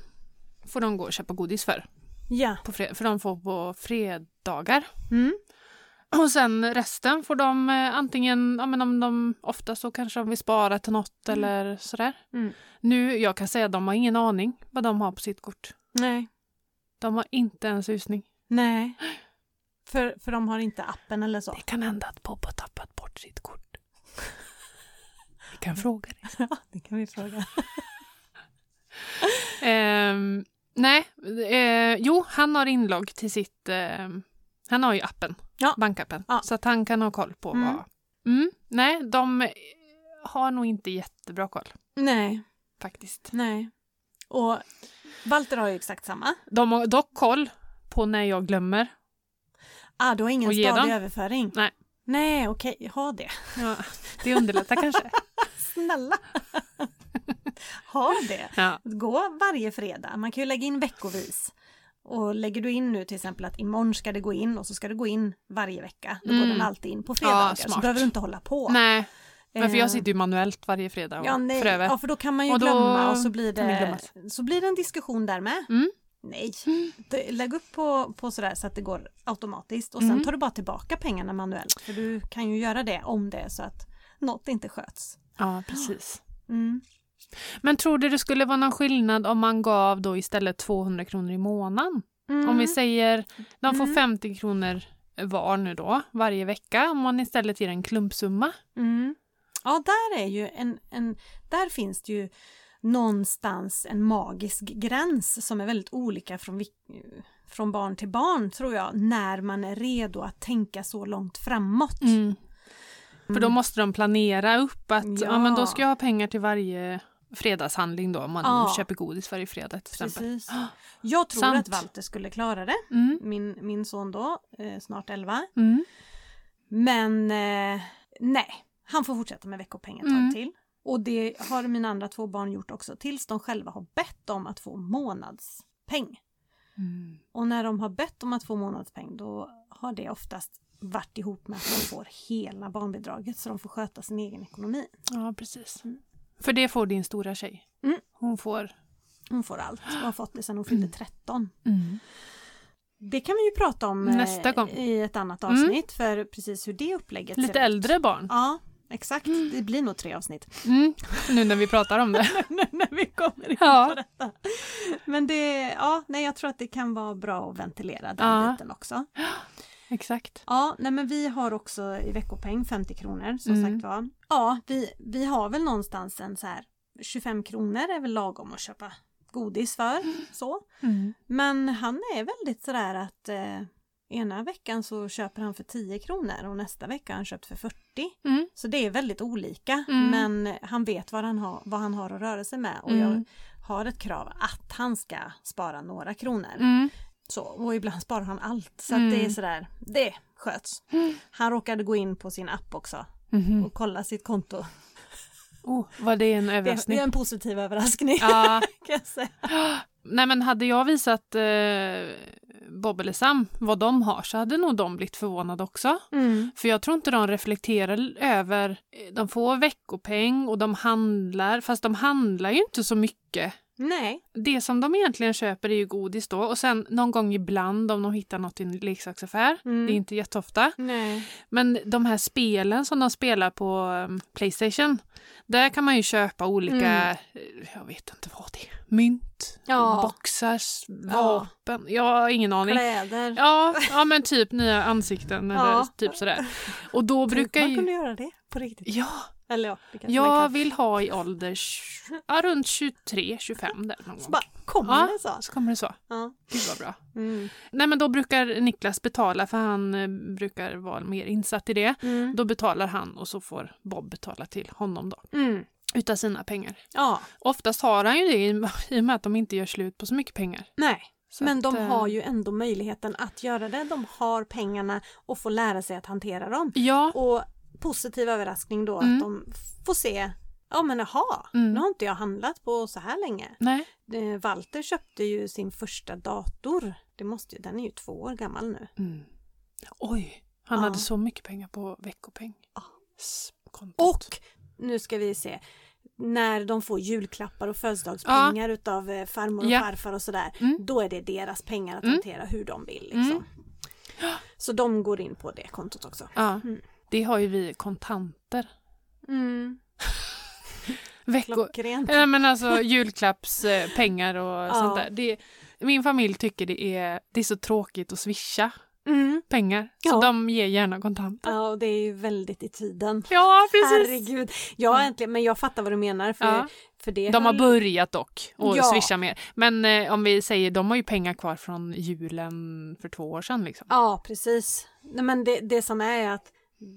får de gå och köpa godis för. ja. På fred- för de får på fredagar. Mm. Och sen resten får de eh, antingen, ja men om de ofta så kanske de vill spara till något eller sådär. Mm. Nu, jag kan säga att de har ingen aning vad de har på sitt kort. Nej, De har inte en susning. nej. För, för de har inte appen eller så. Det kan hända att Bob har tappat bort sitt kort. (laughs) Vi kan fråga dig. Det kan vi fråga. Ehm, nej, eh, jo, han har inlogg till sitt... ehm, han har ju appen, Ja. bankappen, Ja. så att han kan ha koll på Mm. vad... Mm, nej, de eh, har nog inte jättebra koll Nej, faktiskt. nej. Och Walter har ju exakt samma. De har dock koll på när jag glömmer. Ah, du har ingen Och ge stadig dem? överföring? Nej. Nej, okej, ha det. Ja, (laughs) det underlättar kanske. (laughs) Snälla! ha det. Ja. Gå varje fredag. Man kan ju lägga in veckovis. Och lägger du in nu till exempel att imorgon ska det gå in och så ska det gå in varje vecka. Då går Mm. den alltid in på fredagar. så smart. behöver du inte hålla på. Nej, men för Eh, jag sitter ju manuellt varje fredag och ja, nej. prövar. ja, för då kan man ju Och då glömma och så blir, kan det det, glömmas. så blir det en diskussion där med. Mm. Nej, Det- lägg upp på, på sådär så att det går automatiskt och sen Mm. tar du bara tillbaka pengarna manuellt. För du kan ju göra det om det är så att något inte sköts. ja, precis. Mm. Men tror du det skulle vara någon skillnad om man gav då istället 200 kronor i månaden? Om vi Mm. säger, de får Mm. 50 kronor var nu då, varje vecka, om man istället ger en klumpsumma. Mm. Ja, där är ju en, en, där finns det ju någonstans en magisk gräns som är väldigt olika från, vil- från barn till barn tror jag, när man är redo att tänka så långt framåt. Mm, För då måste de planera upp att Mm. ja. men Ja. då ska jag ha pengar till varje fredagshandling då, om man Ja. köper godis varje fredag till exempel. Precis. (gasps) Jag tror Sant. att Walter skulle klara det, Mm. min, min son då, eh, snart 11. Mm. Men eh, nej, han får fortsätta med veckopengen ett tag Mm. till. Och det har mina andra två barn gjort också, tills de själva har bett om att få månadspeng. Mm. Och när de har bett om att få månadspeng då har det oftast varit ihop med att de får hela barnbidraget så de får sköta sin egen ekonomi. Ja, precis. För det får din stora tjej. Mm. Hon får... Hon får allt och har fått det sedan hon fyllde 13. Mm. Det kan vi ju prata om eh, Nästa gång. i ett annat Mm. avsnitt för precis hur det upplägget ser Lite ut. äldre barn, Ja, exakt. Det blir nog tre avsnitt (laughs) mm. nu när vi pratar om det. nu när vi kommer in Ja. på detta. Men det, ja, nej, jag tror att det kan vara bra att ventilera den Ja. biten också. (laughs) Exakt. Ja, nej men vi har också i veckopeng 50 kronor som Mm. sagt var. Ja, vi, vi har väl någonstans en så här 25 kronor är väl lagom att köpa (gasps) godis för. Så. Mm. Men han är väldigt sådär att eh, ena veckan så köper han för 10 kronor och nästa vecka har han köpt för 40. Mm. Så det är väldigt olika Mm. men han vet vad han, har, vad han har att röra sig med och jag Mm. har ett krav att han ska spara några kronor. Mm. Så, och ibland sparar han allt. Så att Mm. det är sådär, det sköts. Han råkade gå in på sin app också Mhm. och kolla sitt konto. Oh, var det en Det är, överraskning? det är en positiv överraskning Ja. (laughs) kan jag säga. Nej men hade jag visat eh, Bob eller Sam vad de har så hade nog de blivit förvånade också. För jag tror inte de reflekterar l- över, eh, de får veckopeng och de handlar, fast de handlar ju inte så mycket. Nej. Det som de egentligen köper är ju godis då och sen någon gång ibland om de hittar något i en leksaksaffär. Mm. Det är inte jätteofta. Nej. Men de här spelen som de spelar på um, Playstation, där kan man ju köpa olika, Mm. eh, jag vet inte vad det är, mynt, Ja. boxar, s- vapen, jag har ingen aning. Kläder. Ja, ja, men typ nya ansikten eller Ja. Typ, typ sådär. Och då brukar Man kunde ju... göra det på riktigt. Ja, Eller ja, det kanske man jag kan. vill ha i ålders... Ja, runt 23-25 där någon Så gång. bara, kommer Ja. det så? Så kommer det så. Ja. Gud vad bra. Mm. Nej men då brukar Niklas betala för han eh, brukar vara mer insatt i det. Mm. Då betalar han och så får Bob betala till honom då. Mm. Utav sina pengar. Ja, Oftast har han ju det i, i och med att de inte gör slut på så mycket pengar. nej. Så Men att, de eh, har ju ändå möjligheten att göra det. De har pengarna och får lära sig att hantera dem. Ja, Och positiv överraskning då Mm. att de får se, ja men jaha, Mm. nu har inte jag handlat på så här länge. nej. Eh, Walter köpte ju sin första dator. Det måste ju, den är ju två år gammal nu. Mm. Oj, han Ja. hade så mycket pengar på veckopeng. Ja. S- kontot. Och nu ska vi se när de får julklappar och födelsedagspengar utav eh, farmor och Ja. farfar och sådär. Mm. Då är det deras pengar att Mm. hantera hur de vill. Liksom. Mm. Så de går in på det kontot också. Ja, Mm. det har ju vi kontanter. Mm. Veckor... Klockrent. Nej men alltså julklappspengar och sånt där. Det, min familj tycker det är, det är så tråkigt att swisha Mm. pengar. Så Ja. de ger gärna kontanter. Ja, och det är ju väldigt i tiden. Ja precis! Herregud. Ja, äntligen. Men jag fattar vad du menar. För, Ja. för det De har höll- börjat dock att Ja. swisha mer. Men eh, om vi säger, de har ju pengar kvar från julen för två år sedan liksom. Ja, precis. Nej, men det, det som är att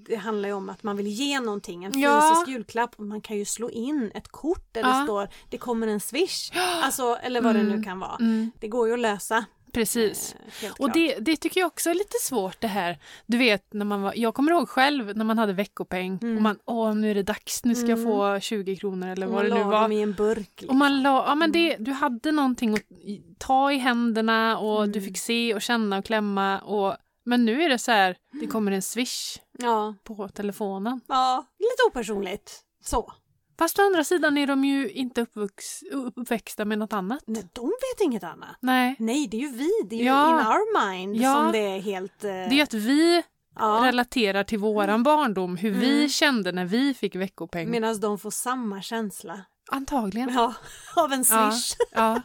det handlar ju om att man vill ge någonting, en fysisk Ja. julklapp. Och man kan ju slå in ett kort där Ja. det står det kommer (gasps) en swish. Alltså, eller vad det Mm. nu kan vara. Mm, Det går ju att lösa. precis. eh, helt Och klart. det, det tycker jag också är lite svårt det här. Du vet, när man var, jag kommer ihåg själv när man hade veckopeng Mm. och man, åh nu är det dags, nu ska jag Mm. få 20 kronor eller Och vad man det nu la var. dem i en burk. Liksom. Mm. Och man la, ja men det, du hade någonting att i- ta i händerna och du Mm. fick se och känna och klämma och men nu är det så här, det kommer en swish liksom. ja. på telefonen. ja, lite opersonligt. Så. Fast å andra sidan är de ju inte uppvux, uppväxta med något annat. Nej, de vet inget annat. Nej. Nej, det är ju vi, det är ju Ja. in our mind Ja. som det är helt... Eh, Det är att vi ja. relaterar till våran barndom, hur vi Mm. kände när vi fick veckopeng. Medan de får samma känsla Antagligen. (laughs) ja, av en Mm. Ja. swish. Ja.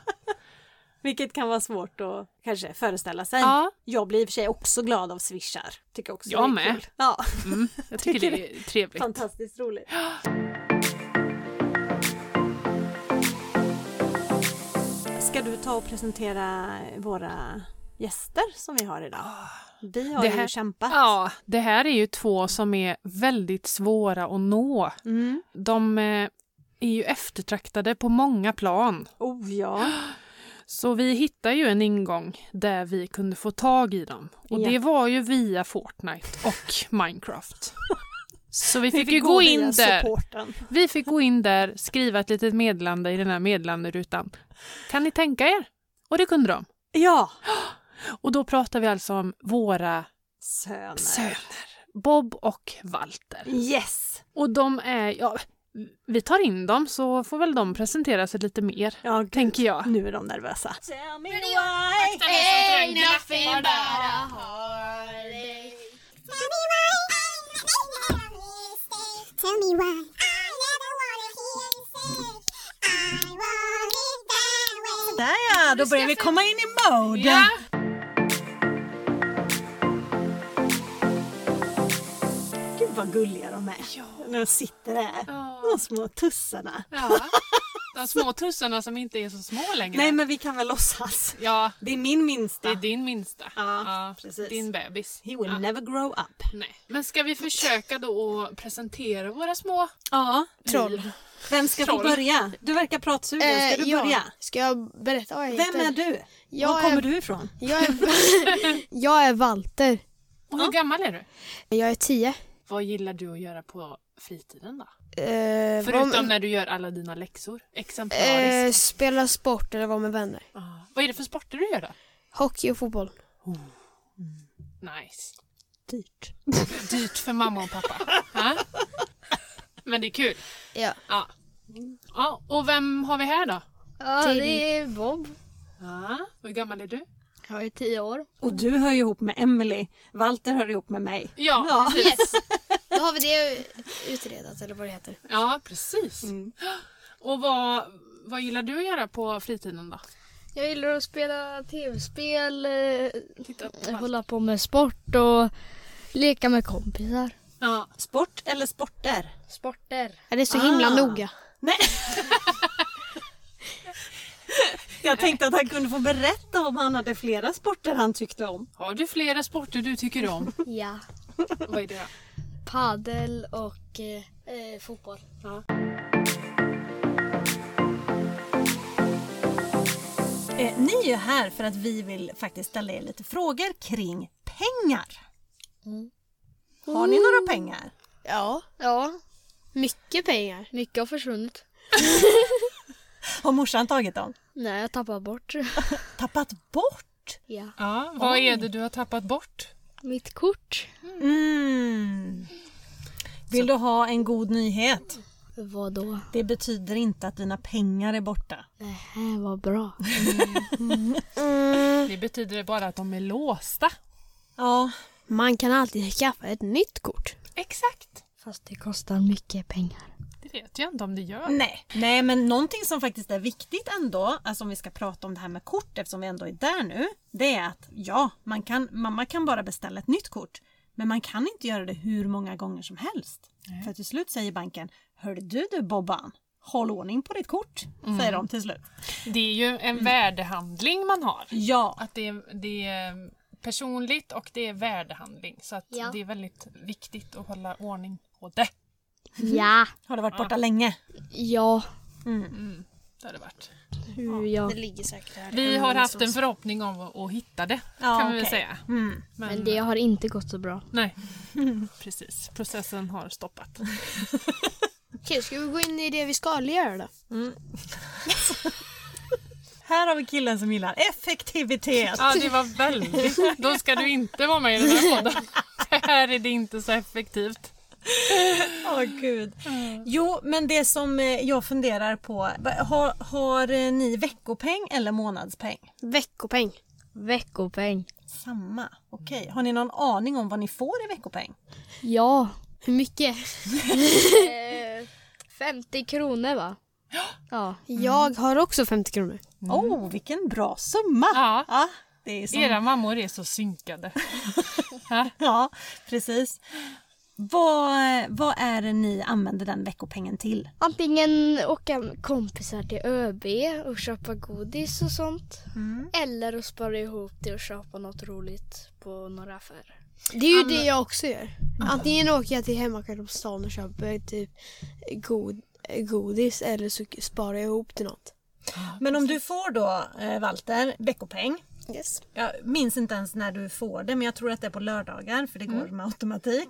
Vilket kan vara svårt att kanske föreställa sig. ja. Jag blir i och för sig också glad av swishar. Tycker också Jag det är med. kul. Ja, Mm. Jag tycker Tycker det är trevligt. fantastiskt roligt. Ska du ta och presentera våra gäster som vi har idag? Vi har Ah, Det här- ju kämpat. Ja, det här är ju två som är väldigt svåra att nå. Mm. De eh, är ju eftertraktade på många plan. Oh ja. Så vi hittade ju en ingång där vi kunde få tag i dem. Och Ja. det var ju via Fortnite och (laughs) Minecraft. Så vi fick, Vi ju gå via in där. Supporten. Vi fick gå in där, skriva ett litet meddelande i den här meddelanderutan. Kan ni tänka er? Och det kunde de. Ja. Och då pratar vi alltså om våra Söner. söner. Bob och Walter. Yes. Och de är, ja, vi tar in dem så får väl de presentera sig lite mer, Ja, gud. tänker jag. Nu är de nervösa. Tell me why. Ain't nothing but a heartache. Tell me why. I never wanna hear you say, I want it that way. Där ja, då börjar vi komma in i mode. Gud vad gulliga de är. När de sitter där. Ja. De små tussarna. ja. De små tussarna som inte är så små längre. Nej men vi kan väl låtsas. Ja, Det är min minsta. det är din minsta. Ja, precis. Din bebis. He will Ja, never grow up. nej. Men ska vi försöka då att presentera våra små Ja, liv? Vem ska Troll. få börja? Du verkar pratsugen. Ska Eh, du ja. börja? Ska jag berätta vad jag heter? Vem är du? Jag Var kommer är- du ifrån? Jag är, jag är (laughs) Walter. Och hur gammal är du? Jag är tio. Vad gillar du att göra på fritiden då? Eh, Förutom vad- när du gör alla dina läxor, exemplariskt. eh, spela sport eller vara med vänner. Ah. Vad är det för sporter du gör då? Hockey och fotboll. Nice. Dyrt. Dyrt för mamma och pappa. (laughs) Ja. Men det är kul. Ja. Ja. ja. Och vem har vi här då? Ja, Till- det är Bob. Ja, hur gammal är du? Jag är tio år. Och du hör ju ihop med Emily. Walter hör ihop med mig. Ja, Ja. precis. Yes! Då har vi det utredat eller vad det heter. Ja, precis. Och vad, vad gillar du att göra på fritiden då? Jag gillar att spela tv-spel, eh, Titta på allt. hålla på med sport och leka med kompisar. Ja, Sport eller sporter? Sporter. Ja, det är så himla Ah. noga. Nej. (laughs) Jag tänkte att han kunde få berätta om han hade flera sporter han tyckte om. har du flera sporter du tycker om? Ja. (laughs) vad är det? Padel och eh, eh, fotboll. Eh, ni är ju här för att vi vill faktiskt ställa er lite frågor kring pengar. Har ni några pengar? Ja, Ja, mycket pengar. mycket har försvunnit. Har morsan tagit dem? Nej, jag tappar bort. Tappat bort? (laughs) ja. Ja, vad är det du har tappat bort? Mitt kort. Mm. Vill du ha en god nyhet? Vad då? Det betyder inte att dina pengar är borta. Nähä, vad bra. Det betyder bara att de är låsta. Ja, Man kan alltid skaffa ett nytt kort. Exakt. Fast det kostar mycket pengar. Det vet jag inte om det gör. Nej. Nej, men någonting som faktiskt är viktigt ändå, alltså om vi ska prata om det här med kort eftersom vi ändå är där nu, det är att ja, man kan, mamma kan bara beställa ett nytt kort. Men man kan inte göra det hur många gånger som helst. För till slut säger banken, hörde du du Bobban, håll ordning på ditt kort, säger de till slut. Det är ju en värdehandling man har. Ja, Att det är, det är personligt och det är värdehandling. Så att Ja. det är väldigt viktigt att hålla ordning på det. Ja. har det varit borta länge? Mm. Ja. Det har det varit. Hur jag... Det ligger säkert här. Vi har haft en förhoppning om att, att hitta det, Ja, kan vi väl okej. säga. Mm. Men, Men det har inte gått så bra. (laughs) Nej, precis. Processen har stoppat. Okej, ska vi gå in i det vi ska göra då? Här har vi killen som gillar effektivitet. Ja, det var väldigt... Då ska du inte vara med i den här (laughs) podden. Det här är det inte så effektivt. Åh gud. Jo, men det som eh, jag funderar på, har, har eh, ni veckopeng eller månadspeng? Veckopeng. Veckopeng. Samma. Okej. Mm. Har ni någon aning om vad ni får i veckopeng? Ja. Hur (laughs) mycket? Eh, 50 kronor va? Ja. Jag har också 50 kronor. Oh, vilken bra summa! Mm. Ja. det är som, Mm. Era mammor är så synkade. ja precis. Vad, vad är det ni använder den veckopengen till? Antingen åka med kompisar till ÖB och köpa godis och sånt. Mm. Eller att spara ihop det och köpa något roligt på några affärer. Det är ju det jag också gör. Antingen åker jag till hemmakartan på stan och köper typ god, godis eller så sparar jag ihop till något. Men om du får då, eh, Walter, veckopeng. Yes. Jag minns inte ens när du får det, men jag tror att det är på lördagar för det går Mm. med automatik.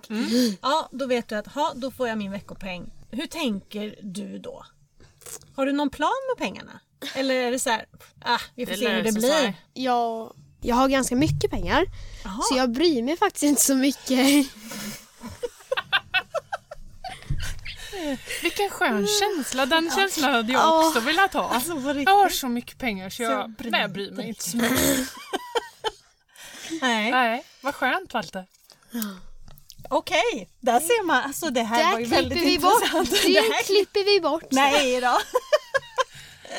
Ja, då vet du att ha, då får jag min veckopeng. Hur tänker du då? Har du någon plan med pengarna? Eller är det så här, ah, vi får Det se hur det löser blir. sig. Jag, jag har ganska mycket pengar Jaha. så jag bryr mig faktiskt inte så mycket. Vilken skön känsla. Den känslan hade jag Ja. också velat ha. Alltså på Jag har riktigt. så mycket pengar så Så jag, jag bryr nej, jag bryr mig inte så mycket. Nej. Nej, vad skönt Walter. Okej, där ser man. Alltså det här var ju väldigt intressant. (laughs) bort. Det här- Det klipper vi bort. Nej då.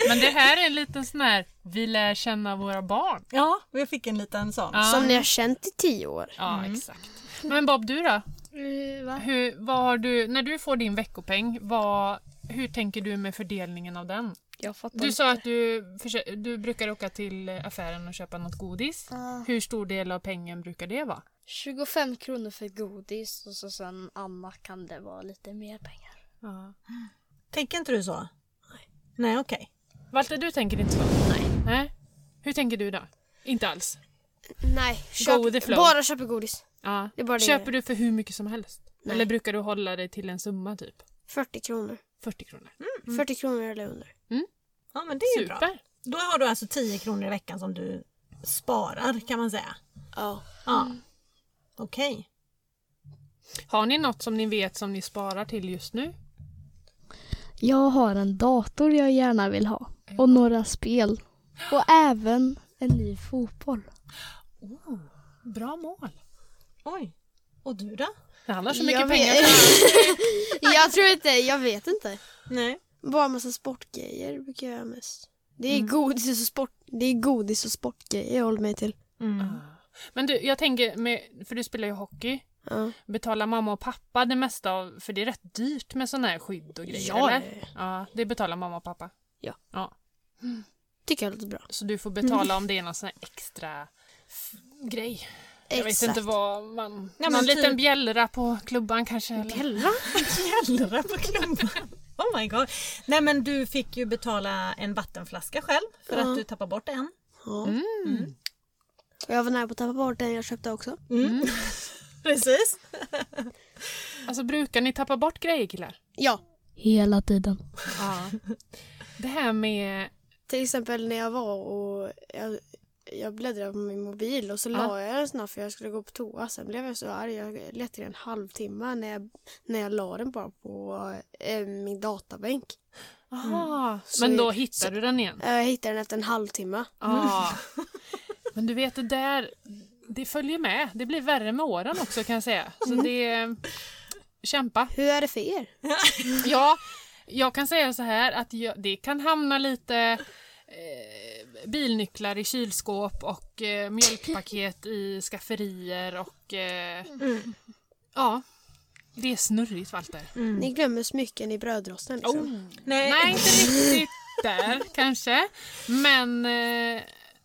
Men det här är en liten sån här, vi lär känna våra barn. (laughs) Ja, jag fick en liten sån. Ja, Som ni har känt i tio år. ja exakt. Men Bob, du då? Eh, Hur, vad har du, när du får din veckopeng, vad, hur tänker du med fördelningen av den? Jag fattar Du sa att du, försö- du brukar åka till affären och köpa något godis. Hur stor del av pengen brukar det vara? 25 kronor för godis och så sen annat kan det vara lite mer pengar. Tänker inte du så? Nej, okej. Walter, du tänker inte så? Nej. Nej. Hur tänker du då? Inte alls? Nej, köp, with the flow. bara köper godis. Ja. Det är bara det. Köper du för hur mycket som helst? Eller brukar du hålla dig till en summa typ? 40 kronor. 40 kronor. Mm. 40 kronor eller under. Ja, men det är ju bra. Super! Då har du alltså 10 kronor i veckan som du sparar kan man säga. Ja. Ja. Okej. Har ni något som ni vet som ni sparar till just nu? Jag har en dator jag gärna vill ha. Och några spel. Och även en ny fotboll. Oh, bra mål. Oj. Och du då? Det handlar så mycket Jag pengar. vet- jag tror inte, jag vet inte. Nej. Bara massa sportgrejer brukar jag göra mest. Det Mm. är godis och sport, det är godis och sportgrejer jag håller mig till. Mm. Ah. Men du, jag tänker, med, för du spelar ju hockey. Ja. Betalar mamma och pappa det mesta av, för det är rätt dyrt med sån här skydd och grejer Ja, eller? Ja, det betalar mamma och pappa. Ja. ja. Tycker jag låter bra. Så du får betala om det är någon sån här extra f- grej. Jag vet inte vad man... Ja, men någon typ- liten bjällra på klubban kanske? Eller? (laughs) Jävlar på klumpan. Oh my god. Nej men du fick ju betala en vattenflaska själv för att du tappade bort en. Ja. Mm. Och jag var nära på att tappa bort den jag köpte också. Mm. (laughs) Precis. Alltså brukar ni tappa bort grejer killar? Ja. Hela tiden. Ja. (laughs) Det här med... Till exempel när jag var och jag, jag bläddrade på min mobil och så la jag den snabbt för jag skulle gå på toa. Sen blev jag så arg. Jag letade i en halvtimme när jag, när jag la den bara på eh, min databänk. Aha, Så- Mm. Men då hittar du den igen? Jag hittade den efter en halvtimme. Ja. (laughs) Men du vet det där, det följer med. Det blir värre med åren också kan jag säga. Så det... Kämpa. Hur är det för er? Ja, jag kan säga så här att jag, det kan hamna lite eh, bilnycklar i kylskåp och eh, mjölkpaket i skafferier och eh, ja, det är snurrigt Walter. Mm. Ni glömmer smycken i brödrosten liksom. Oh. Nej. Nej, inte riktigt där kanske, men eh,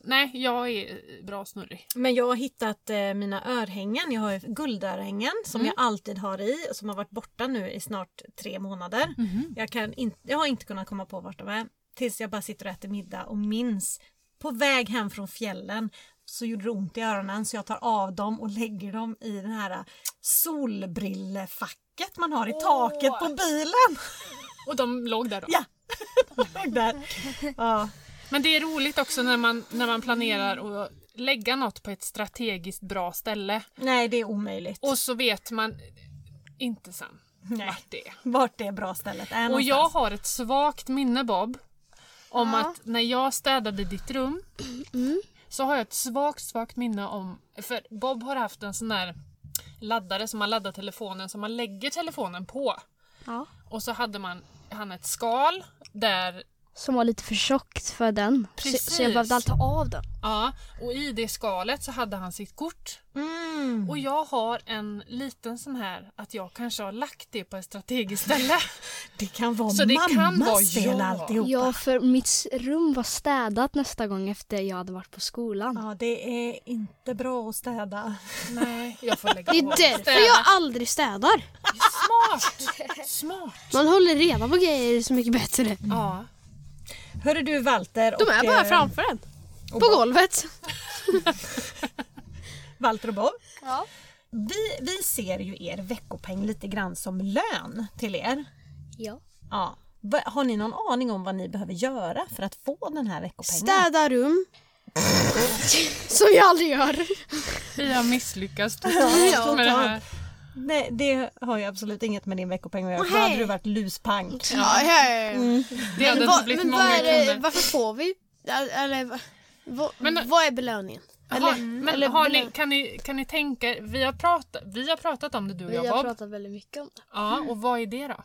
nej, jag är bra snurrig. Men jag har hittat eh, mina örhängen. Jag har ju guldörhängen som Mm. jag alltid har i och som har varit borta nu i snart tre månader. Mhm. Jag, kan in, jag har inte kunnat komma på vart de är tills jag bara sitter och äter middag och minns. På väg hem från fjällen så gjorde det ont i öronen så jag tar av dem och lägger dem i den här eh, solbrillefacket man har i taket på bilen. (laughs) Och de låg där då. Ja. (laughs) Låg Där. Ja. Men det är roligt också när man, när man planerar att lägga något på ett strategiskt bra ställe. Nej det är omöjligt. Och så vet man inte sen Nej. vart det är. Vart det bra stället är Och någonstans. jag har ett svagt minne Bob om att när jag städade ditt rum Mm. så har jag ett svagt, svagt minne om... För Bob har haft en sån där laddare som man laddar telefonen som man lägger telefonen på. Ja. Och så hade man han ett skal där Som var lite för tjockt för den. Så, så Precis. jag behövde alltid ta av den. Ja, och i det skalet så hade han sitt kort. Mm. Och jag har en liten sån här att jag kanske har lagt det på ett strategiskt (laughs) ställe. Det kan vara Så det mammas kan vara fel jag. alltihopa. Ja, för mitt s- rum var städat nästa gång efter jag hade varit på skolan. Ja, det är inte bra att städa. Nej, jag får lägga Det är på. därför Städa. jag aldrig städar. Smart! Smart! Man håller reda på grejer så mycket bättre. Ja. Hörru du Walter och, De är bara eh, framför en. På golvet. Walter och Bob. Vi, vi ser ju er veckopeng lite grann som lön till er. Ja. Ja. Va- Har ni någon aning om vad ni behöver göra för att få den här veckopengen? Städa rum. Som jag aldrig gör. Vi har (laughs) misslyckats Ja, med det här. Nej, det har ju absolut inget med din veckopeng att göra. för Då hade du varit luspank. Ja, ja, ja, ja. Mm. Det hade Va- inte blivit men vad många är det- kronor. varför får vi? Eller, va- va- Men- eh, vad är belöningen? Jaha, men eller- har ni, kan, ni, kan ni tänka er- vi har, pratat, vi har pratat om det du och Vi jag har Bob. pratat väldigt mycket om det. Ja, och vad är det då?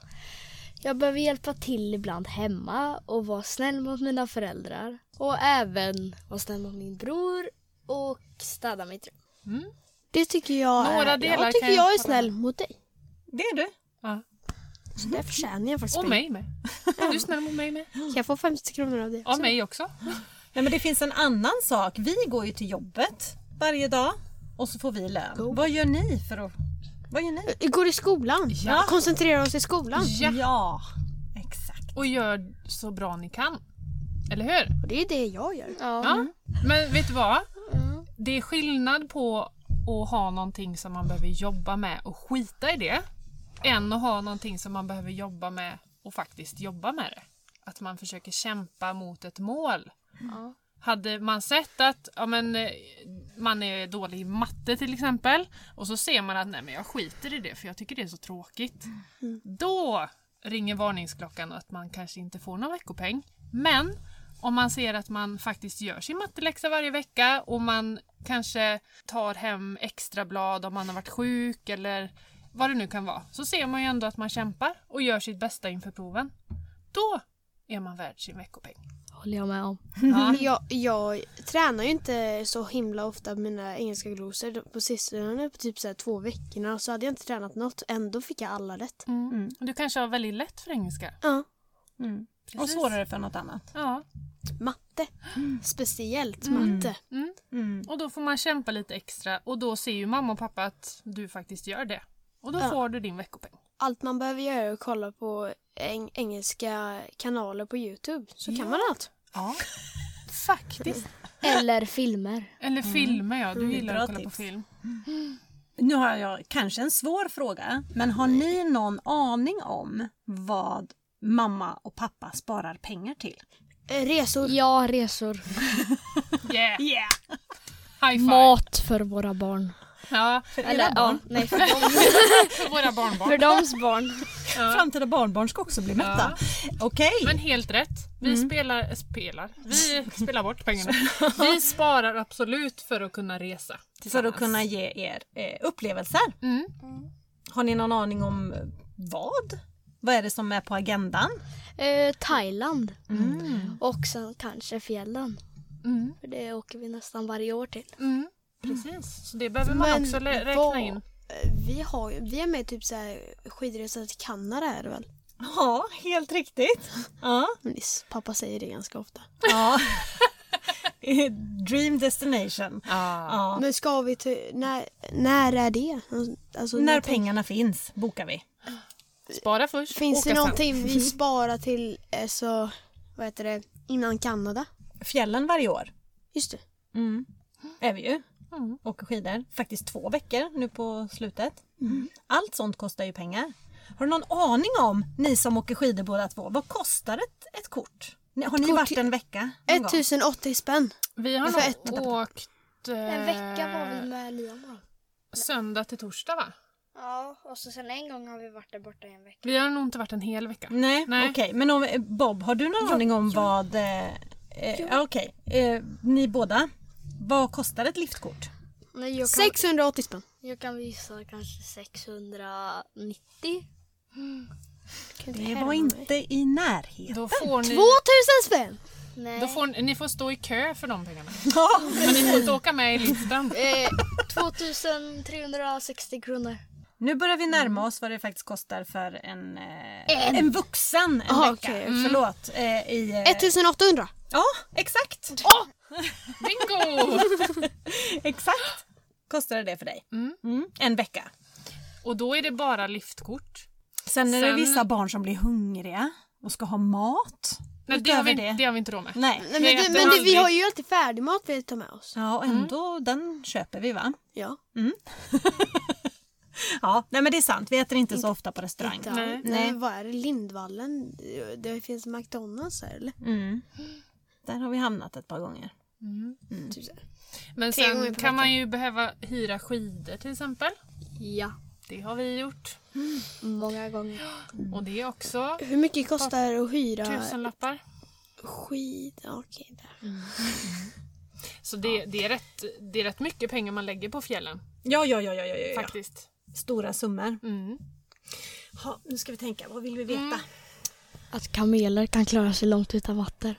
Jag behöver hjälpa till ibland hemma och vara snäll mot mina föräldrar. Och även vara snäll mot min bror och städa mitt rum. Mm. Det tycker jag Några är, delar jag kan tycker jag jag är hålla snäll mot dig. Det är du. Ja. Så det förtjänar jag faktiskt. Och mig med. Du är snäll mot mig (laughs) med. Kan jag få 50 kronor av det? Och mig också. Nej, men det finns en annan sak. Vi går ju till jobbet varje dag och så får vi lön. Vad gör ni för att... Vad gör ni? Vi Går i skolan. Ja. Koncentrera oss i skolan. Ja. exakt. Och gör så bra ni kan. Eller hur? Och det är det jag gör. Ja. Men vet du vad? Det är skillnad på att ha någonting som man behöver jobba med och skita i det, än att ha någonting som man behöver jobba med och faktiskt jobba med det. Att man försöker kämpa mot ett mål. Hade man sett att ja, men, eh, man är dålig i matte till exempel och så ser man att nej men jag skiter i det för jag tycker det är så tråkigt. Då ringer varningsklockan att man kanske inte får någon veckopeng. Men om man ser att man faktiskt gör sin matteläxa varje vecka och man kanske tar hem extra blad om man har varit sjuk eller vad det nu kan vara, så ser man ju ändå att man kämpar och gör sitt bästa inför proven. Då är man värd sin veckopeng. Håller jag med om. Ja. Mm, Jag, jag tränar ju inte så himla ofta mina engelska glosor. På sistone, på typ så här två veckorna, så hade jag inte tränat något. Ändå fick jag alla rätt. Mm. Du kanske har väldigt lätt för engelska. Ja. Mm. Och Precis. svårare för något annat. Ja. Matte. Speciellt Mm. matte. Mm. Mm. Och då får man kämpa lite extra och då ser ju mamma och pappa att du faktiskt gör det. Och då Ja. får du din veckopeng. Allt man behöver göra är att kolla på eng engelska kanaler på Youtube. Så kan man allt. Ja. Faktiskt. Eller filmer. Eller filmer ja, du Mm, gillar bra att kolla på tips. film. Nu har jag kanske en svår fråga, men har ni någon aning om vad mamma och pappa sparar pengar till? Eh, Resor. Ja, resor. (laughs) Yeah! Yeah! High five! Mat för våra barn. Ja, Eller, ja, nej, för, dem, (laughs) för våra barnbarn. för dems barn. Framtida barnbarn ska också bli mätta. Okej. Men helt rätt. Vi spelar, eh, spelar. Vi spelar bort pengarna. Vi sparar absolut för att kunna resa. För tillsammans. att kunna ge er eh, upplevelser. Mm. Har ni någon aning om eh, vad? Vad är det som är på agendan? Eh, Thailand. Mm. Och sen kanske fjällen. Mm. För det åker vi nästan varje år till. Mm. Precis, så det behöver man Men också lä- vad- räkna in. Eh, Vi, har, vi är med i typ så här skidresa till Kanada är det väl? Ja, helt riktigt. Ja. Nyss. Pappa säger det ganska ofta. ja. (laughs) Dream destination. Ah. Ja. Men ska vi till... När, när är det? Alltså, När pengarna finns bokar vi. Spara först, Finns åka det sen. någonting Mm. vi sparar till eh, så, vad heter det, innan Kanada? Fjällen varje år Just det. mm. är vi ju. Mm. Åker skidor. Faktiskt två veckor nu på slutet. Mm. Allt sånt kostar ju pengar. Har du någon aning om, ni som åker skidor båda två, vad kostar ett, ett kort? Ni- Har ni kort varit till- en vecka? någon gång? 1080 spänn. Vi har För nog ett- åkt eh, En vecka var vi med Liam då. söndag till torsdag va? Ja, och så sen en gång har vi varit där borta i en vecka. Vi har nog inte varit en hel vecka. Nej, Nej. okej. Men om, eh, Bob, har du någon aning om vad... Eh, eh, ja, okej, eh, ni båda. Vad kostar ett liftkort? Nej, jag, kan, 680 spänn. Mm. jag kan visa kanske 690. Det var inte i närheten. Då får ni, 2000 spänn! Nej. då får, ni- ni får stå i kö för de pengarna. Ja. Men ni får inte åka med i listan. Eh, 2360 kronor. Nu börjar vi närma oss vad det faktiskt kostar för en, eh, en. vuxen en Aha, vecka. okej. Förlåt. Eh, i, eh, 1800! Ja, exakt. Bingo! (laughs) Exakt. Kostade det för dig. Mm. En vecka. Och då är det bara liftkort. Sen är det Sen- vissa barn som blir hungriga och ska ha mat. Nej, det Utöver har, vi, det. inte- det har vi inte råd med. Nej. Mm. Nej, Nej, men du, det men var du, vi aldrig. har ju alltid färdigmat vi tar med oss. Ja, och ändå den köper vi va? Ja. Ja, nej men det är sant. Vi äter inte så ofta på restaurang. Inte Nej. allt. Nej. Nej. men Vad är det? Lindvallen? Det finns McDonalds här eller? Mm. Där har vi hamnat ett par gånger. Typ så här. Men Tre gånger sen per kan man vecka. ju behöva hyra skidor till exempel. Ja, Det har vi gjort. många gånger. Och det är också Hur mycket kostar det att hyra tusenlappar. skid? Okej, där. Så det, det, är rätt, det är rätt mycket pengar man lägger på fjällen Ja, ja, ja, ja, ja, ja. faktiskt. Stora summor. Mm. Ha, nu ska vi tänka, vad vill vi veta? Att kameler kan klara sig långt utan vatten.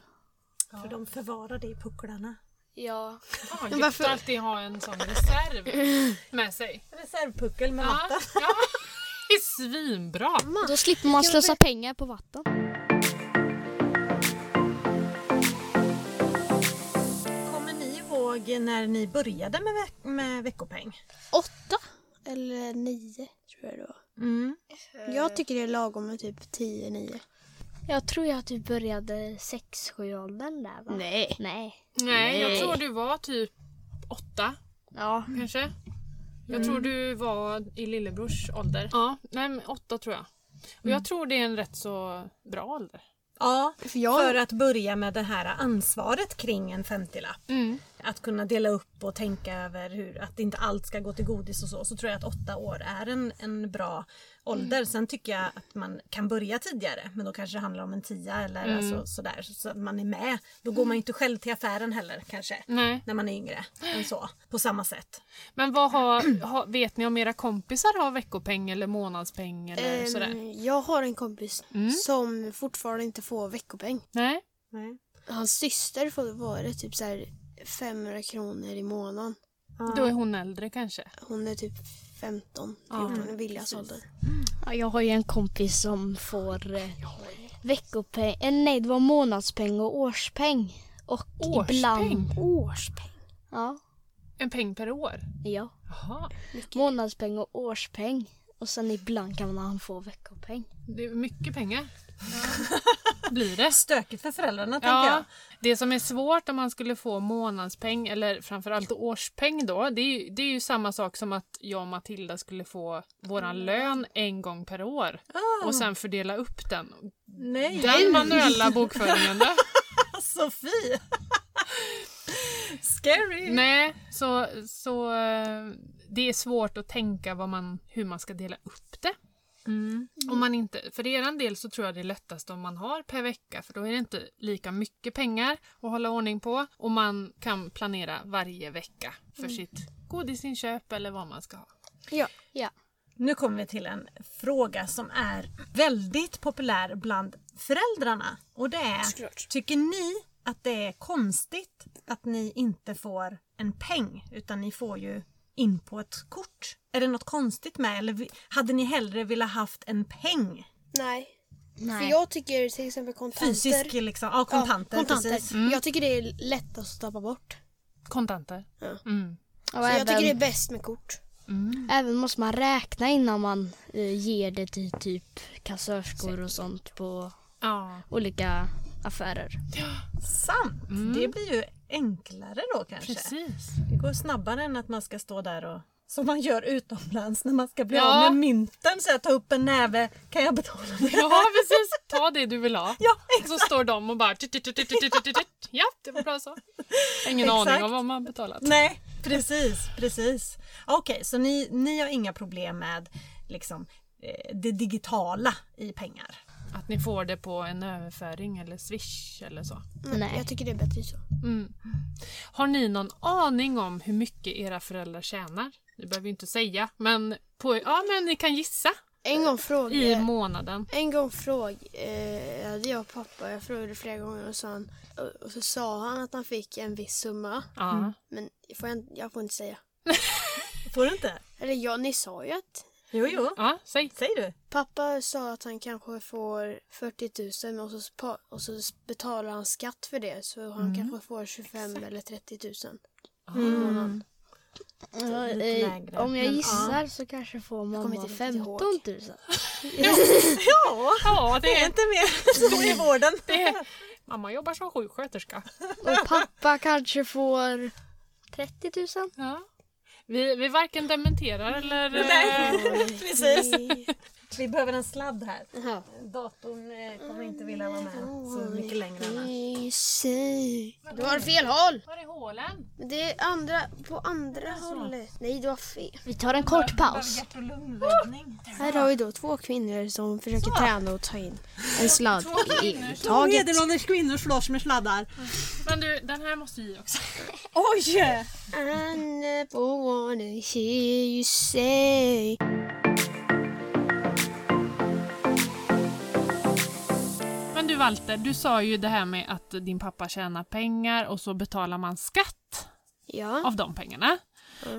För de förvarar det i pucklarna. Ja. Ja, gött att alltid ha en sån reserv med sig. Reservpuckel med Ja, vatten. ja. (laughs) Det är svinbra! Då slipper man slösa pengar på vatten. Kommer ni ihåg när ni började med, veck- med veckopeng? Åtta? Eller nio tror jag det var. Mm. Eh. Jag tycker det är lagom med typ 10-9. Jag tror jag att du började 6-7 åldern där va? Nej. Nej. Nej, jag tror du var typ åtta Ja. kanske. Jag tror du var i lillebrors ålder. Mm. Ja, nej men åtta tror jag. Och jag tror det är en rätt så bra ålder. Ja, För jag, för att börja med det här ansvaret kring en 50-lapp. att kunna dela upp och tänka över hur, att inte allt ska gå till godis och så, så tror jag att åtta år är en, en bra ålder. Sen tycker jag att man kan börja tidigare, men då kanske det handlar om en tia eller alltså, sådär, så, så att man är med. Då går man ju inte själv till affären heller kanske, Nej. när man är yngre än så, på samma sätt. Men vad har, har, vet ni om era kompisar har veckopeng eller månadspeng eller Ehm, sådär? Mm. jag har en kompis som fortfarande inte får veckopeng. Nej? Nej. Hans syster får vara det typ så här 500 kronor i månaden. Då är hon äldre kanske? Hon är typ 15, 14, i Viljas ålder. Ja, jag har ju en kompis som får eh, veckopeng, eh, nej det var månadspeng och årspeng. Och Årspeng? ibland... Årspeng. Ja, En peng per år? ja. Jaha. Månadspeng och årspeng. Och sen ibland kan han få veckopeng. Det är mycket pengar. Blir det? Stökigt för föräldrarna tänker Ja, jag. det som är svårt om man skulle få månadspeng eller framförallt årspeng då, det är, ju- det är ju samma sak som att jag och Matilda skulle få Mm. våran lön en gång per år och sen fördela upp den. Ah. Nej, Den manuella bokföringen då? Sofie! (laughs) Scary! Nej, så, så eh, det är svårt att tänka vad man, hur man ska dela upp det. Mm. Om man inte, för er del så tror jag det är lättast om man har per vecka för då är det inte lika mycket pengar att hålla ordning på och man kan planera varje vecka för Mm. sitt godisinköp eller vad man ska ha. Ja. Nu kommer vi till en fråga som är väldigt populär bland föräldrarna. Och det är, tycker ni att det är konstigt att ni inte får en peng utan ni får ju in på ett kort? Är det något konstigt med eller vi- hade ni hellre velat haft en peng? Nej. Nej. För jag tycker till exempel kontanter. Fysisk liksom, ja Ja, kontanter, precis. Jag tycker det är lättast att tappa bort. Kontanter. Ja. Mm. Och Så jag tycker det är även, bäst med kort. även måste man räkna innan man eh, ger det till typ kassörskor och sånt på Ja. olika affärer. Sant! Det blir ju enklare då kanske. Precis. Det går snabbare än att man ska stå där och som man gör utomlands när man ska bli Ja. av med mynten. Så jag tar upp en näve, kan jag betala det? Ja precis, ta det du vill ha. (laughs) Ja, Och så står de och bara... tut, tut, tut, tut, tut, tut, tut. Ja, det var bra så. Ingen Exakt. aning om vad man betalat. (laughs) Nej, precis, precis. Okej, så ni, ni har inga problem med liksom, eh, det digitala i pengar? Att ni får det på en överföring eller swish eller så. Nej. Mm, Jag tycker det är bättre så. Mm. Har ni någon aning om hur mycket era föräldrar tjänar? Det behöver ju inte säga, men, på, ja, men ni kan gissa En gång i frågade månaden. en gång fråg, eh, hade jag och pappa, jag frågade flera gånger och, sa han, och så sa han att han fick en viss summa. Ja. Men får jag, jag får inte säga. Får du inte? Eller ja, ni sa ju att Jo, jo. ja, säg. Säg du. pappa sa att han kanske får 40 000 och så, spa- och så betalar han skatt för det. Så han kanske får 25 eller 30 000. Ja, lite eh, lägre. om jag Men, gissar så kanske får kommer mamma inte 15 riktigt 000. Ja, Ja, det det är är, inte mer (laughs) Storivården. det är. Mamma jobbar som sjuksköterska. Och pappa (laughs) kanske får 30 000. Ja. Vi, vi varken dementerar eller... Nej, eh, precis. Vi behöver en sladd här. Ja. Datorn eh, kommer inte vilja vara med så mycket längre än här. Du har fel håll! Var är hålen? Men Det är andra, på andra hållet. Nej, du har fel. Vi tar en kort paus. Hjärt och lungräddning. Här har vi då två kvinnor som försöker träna och ta in en sladd i taget. Medelålders kvinnor slåss med sladdar. Men du, den här måste vi också. Oj! I never wanna hear you say Men du Walter, du sa ju det här med att din pappa tjänar pengar och så betalar man skatt Ja, av de pengarna.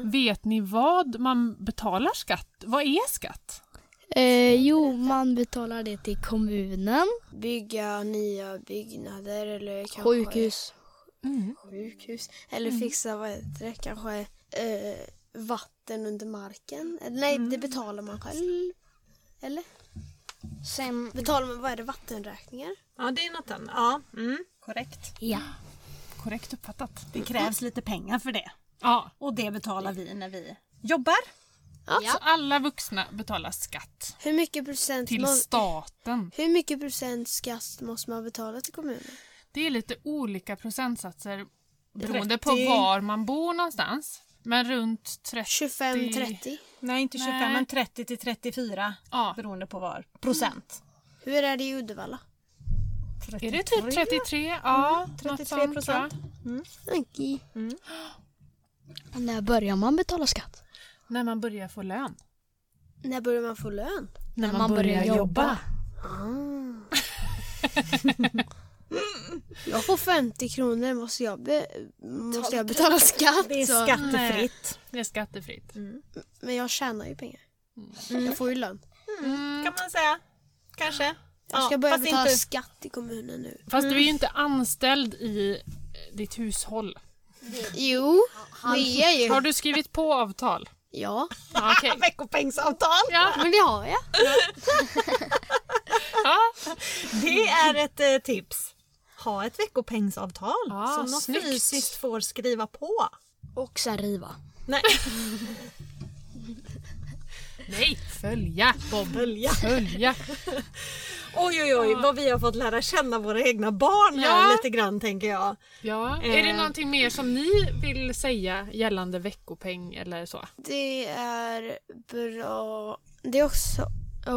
Vet ni vad man betalar skatt? Vad är skatt? Eh, jo, man betalar det till kommunen. bygga nya byggnader eller kanske Mm. Sjukhus. sjukhus. Eller fixa, vad heter det, kanske eh, vatten under marken. Eller Nej, det betalar man själv. Eller? Sen, Betalar man, vad är det, vattenräkningar? Ja, det är något annat. Ja, mm. korrekt. ja. Korrekt uppfattat. Det krävs lite pengar för det. Ja, Och det betalar vi när vi jobbar. så alla vuxna betalar skatt Hur mycket procent till man- staten. Hur mycket procent skatt måste man betala till kommunen? Det är lite olika procentsatser Beroende på 30. var man bor någonstans. Men runt 30... 25-30. Nej, inte 25 Nej. men 30 till 34 Ja. beroende på var. Procent. Hur är det i Uddevalla? Mm. Är det typ 33? Ja, något 33 sånt tror jag. procent. Okej. När börjar man betala skatt? När man börjar få lön. När börjar man få lön? När man, Jag får 50 kronor, måste jag, be- måste jag betala skatt? Det är Så- skattefritt. Det är skattefritt. Men jag tjänar ju pengar. Jag får ju lön. Kan man säga. Kanske. Ja, Jag ska börja fast betala inte- skatt i kommunen nu. Fast du är ju inte anställd i eh, ditt hushåll. Jo, det är Har ju. du skrivit på avtal? Ja, Ja, okej. Veckopengsavtal! Ja, men det har jag. ja. Det är ett eh, tips. Ha ett veckopengsavtal Ah, som man snyggt. fysiskt får skriva på. Och sen riva. Nej, Nej, följa Bob. följa. Följa. Oj, oj, oj, vad vi har fått lära känna våra egna barn här Ja. lite grann tänker jag. Ja. Eh. Är det någonting mer som ni vill säga gällande veckopeng eller så? Det är bra. Det är också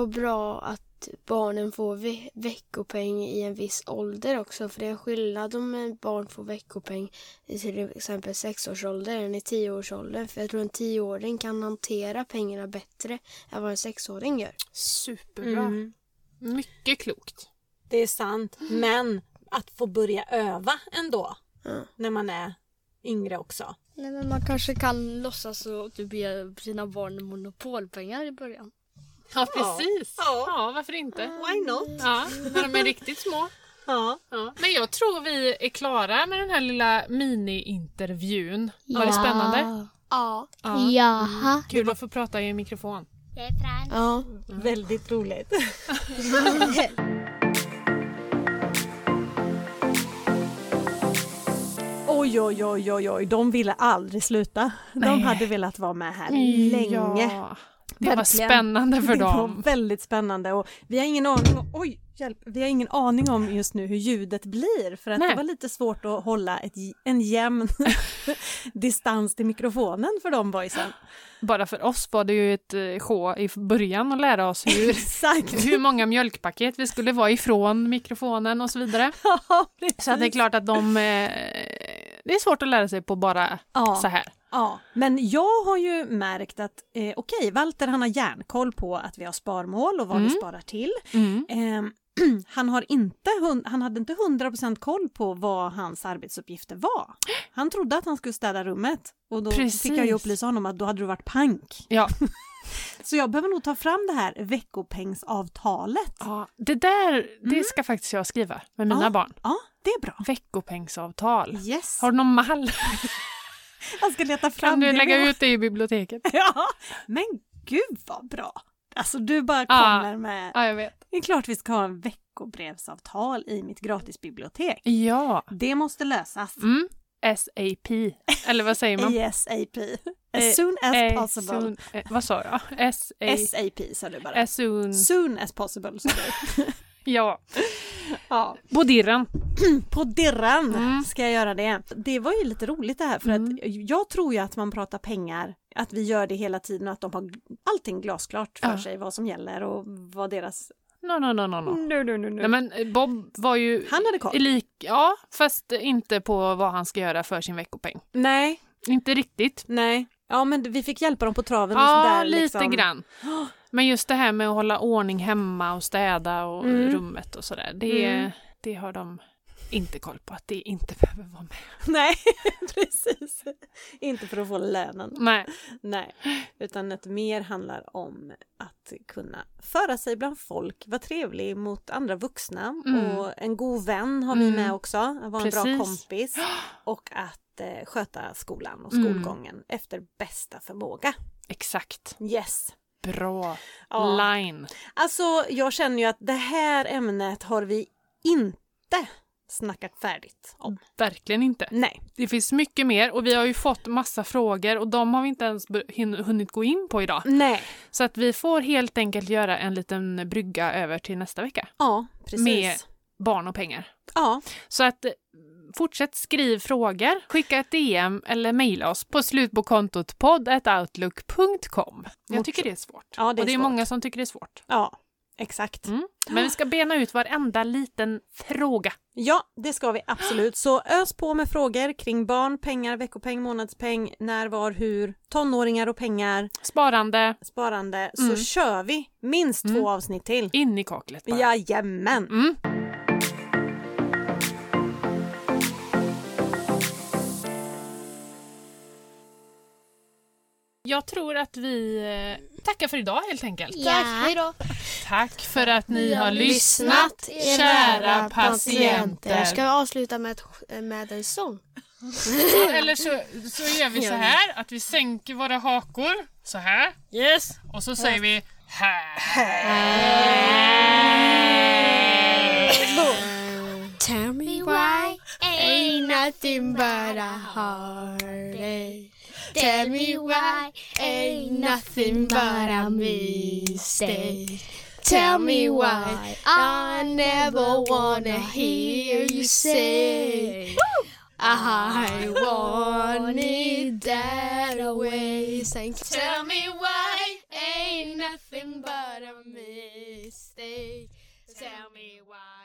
bra att barnen får ve- veckopeng i en viss ålder också. För det är en skillnad om en barn får veckopeng i till exempel sexårsåldern än i tioårsåldern. För jag tror en tioåring kan hantera pengarna bättre än vad en sexåring gör. Mm. Superbra. Mm. Mycket klokt. Det är sant. Men att få börja öva ändå Ja. när man är yngre också. Nej, men man kanske kan låtsas att du ber sina barn monopolpengar i början. Ja, precis. Ja. Ja, varför inte? Mm. Why not? Ja, när de är riktigt små. Ja. Ja. Men jag tror vi är klara med den här lilla mini-intervjun. Var det spännande? Ja. Ja. Jaha. Kul att få prata i en mikrofon. Jag är Frans. ja. Väldigt (laughs) roligt. Oj, oj, oj, oj, oj, de ville aldrig sluta. De Nej. hade velat vara med här länge. Ja. Det var Verkligen. spännande för det var dem. väldigt spännande och vi har ingen aning om, oj, hjälp, vi har ingen aning om just nu hur ljudet blir för att Nej. det var lite svårt att hålla ett, j- en jämn (laughs) distans till mikrofonen för de boysen. Bara för oss var det ju ett eh, sjå i början att lära oss hur, Exakt! hur många mjölkpaket vi skulle vara ifrån mikrofonen och så vidare. Ja, Så att det är klart att de... eh, Det är svårt att lära sig på bara Ja. så här. Ja, men jag har ju märkt att eh, okej, Walter han har järnkoll på att vi har sparmål och vad Mm. vi sparar till. Ehm, (clears throat) han, har inte, hun- han hade inte 100% koll på vad hans arbetsuppgifter var. Han trodde att han skulle städa rummet och då fick jag ju Precis. upplysa honom att då hade du varit pank. Ja. Så jag behöver nog ta fram det här veckopengsavtalet. ja. Det där, det ska faktiskt jag skriva med mina Mm. Ja. barn. Ja, det är bra. Veckopengsavtal. Yes, Har du någon mall? jag ska leta fram Kan du det. lägga ut det i biblioteket? (laughs) Ja, men gud vad bra. Alltså du bara Ja. kommer med Ja, jag vet. Det är klart vi ska ha en veckobrevsavtal i mitt gratisbibliotek. Ja. Det måste lösas. Mm. SAP. Eller vad säger (laughs) man? ASAP. As soon as Eh, possible. soon- eh, vad sa jag? SAP. SAP sa du bara. As Eh, soon... Soon as possible sa (laughs) du. Ja. ja. Bodirren. På dirran Mm. ska jag göra det. Det var ju lite roligt det här för att jag tror ju att man pratar pengar, att vi gör det hela tiden och att de har allting glasklart för Ja. sig vad som gäller och vad deras... No, no, no, no, no. No, no, no, no. Nej, men eh, Bob var ju... Han hade koll. Lik, ja, fast inte på vad han ska göra för sin veckopeng. Nej, Inte riktigt. nej. Ja men vi fick hjälpa dem på traven och Ja, sådär. lite liksom. (gasps) grann. Men just det här med att hålla ordning hemma och städa och Mm. rummet och sådär, det, Mm. det har de inte koll på att det inte behöver vara med. (laughs) Nej, (laughs) precis. Inte för att få lönen. Nej. Nej, utan att mer handlar om att kunna föra sig bland folk, vara trevlig mot andra vuxna Mm. och en god vän har vi Mm. med också, att vara en Precis. bra kompis och att eh, sköta skolan och Mm. skolgången efter bästa förmåga. Exakt. Yes! Bra Ja. line. Alltså, jag känner ju att det här ämnet har vi inte snackat färdigt Mm. om. Verkligen inte. Nej. Det finns mycket mer och vi har ju fått massa frågor och de har vi inte ens be- hin- hunnit gå in på idag. Nej. Så att vi får helt enkelt göra en liten brygga över till nästa vecka. Ja, precis. Med- Barn och pengar. Ja. Så att eh, fortsätt skriv frågor. Skicka ett DM eller mejla oss på slutbokkontot podd.outlook.com. Jag tycker det är svårt. Ja, det är och det är svårt. många som tycker det är svårt. Ja, exakt. Mm. Men vi ska bena ut varenda liten fråga. Ja, det ska vi absolut. Så ös på med frågor kring barn, pengar, veckopeng, månadspeng, när, var, hur, tonåringar och pengar, Sparande, sparande, så kör vi minst två avsnitt till. in i kaklet bara. Jajamän! Mm. Jag tror att vi eh, tackar för idag helt enkelt. Ja. Tack, hej då. Tack för att ni har lyssnat. lyssnat, kära patienter. Ska vi avsluta med, ett, med en sång? Eller så, så gör vi så här att vi sänker våra hakor så här. Yes! Och så säger vi här. Tell me why ain't nothing but a heartache. Tell me why ain't nothing but a mistake. Tell me why I never wanna hear you say I wanted that away. Thank you. Tell me why ain't nothing but a mistake. Tell me why.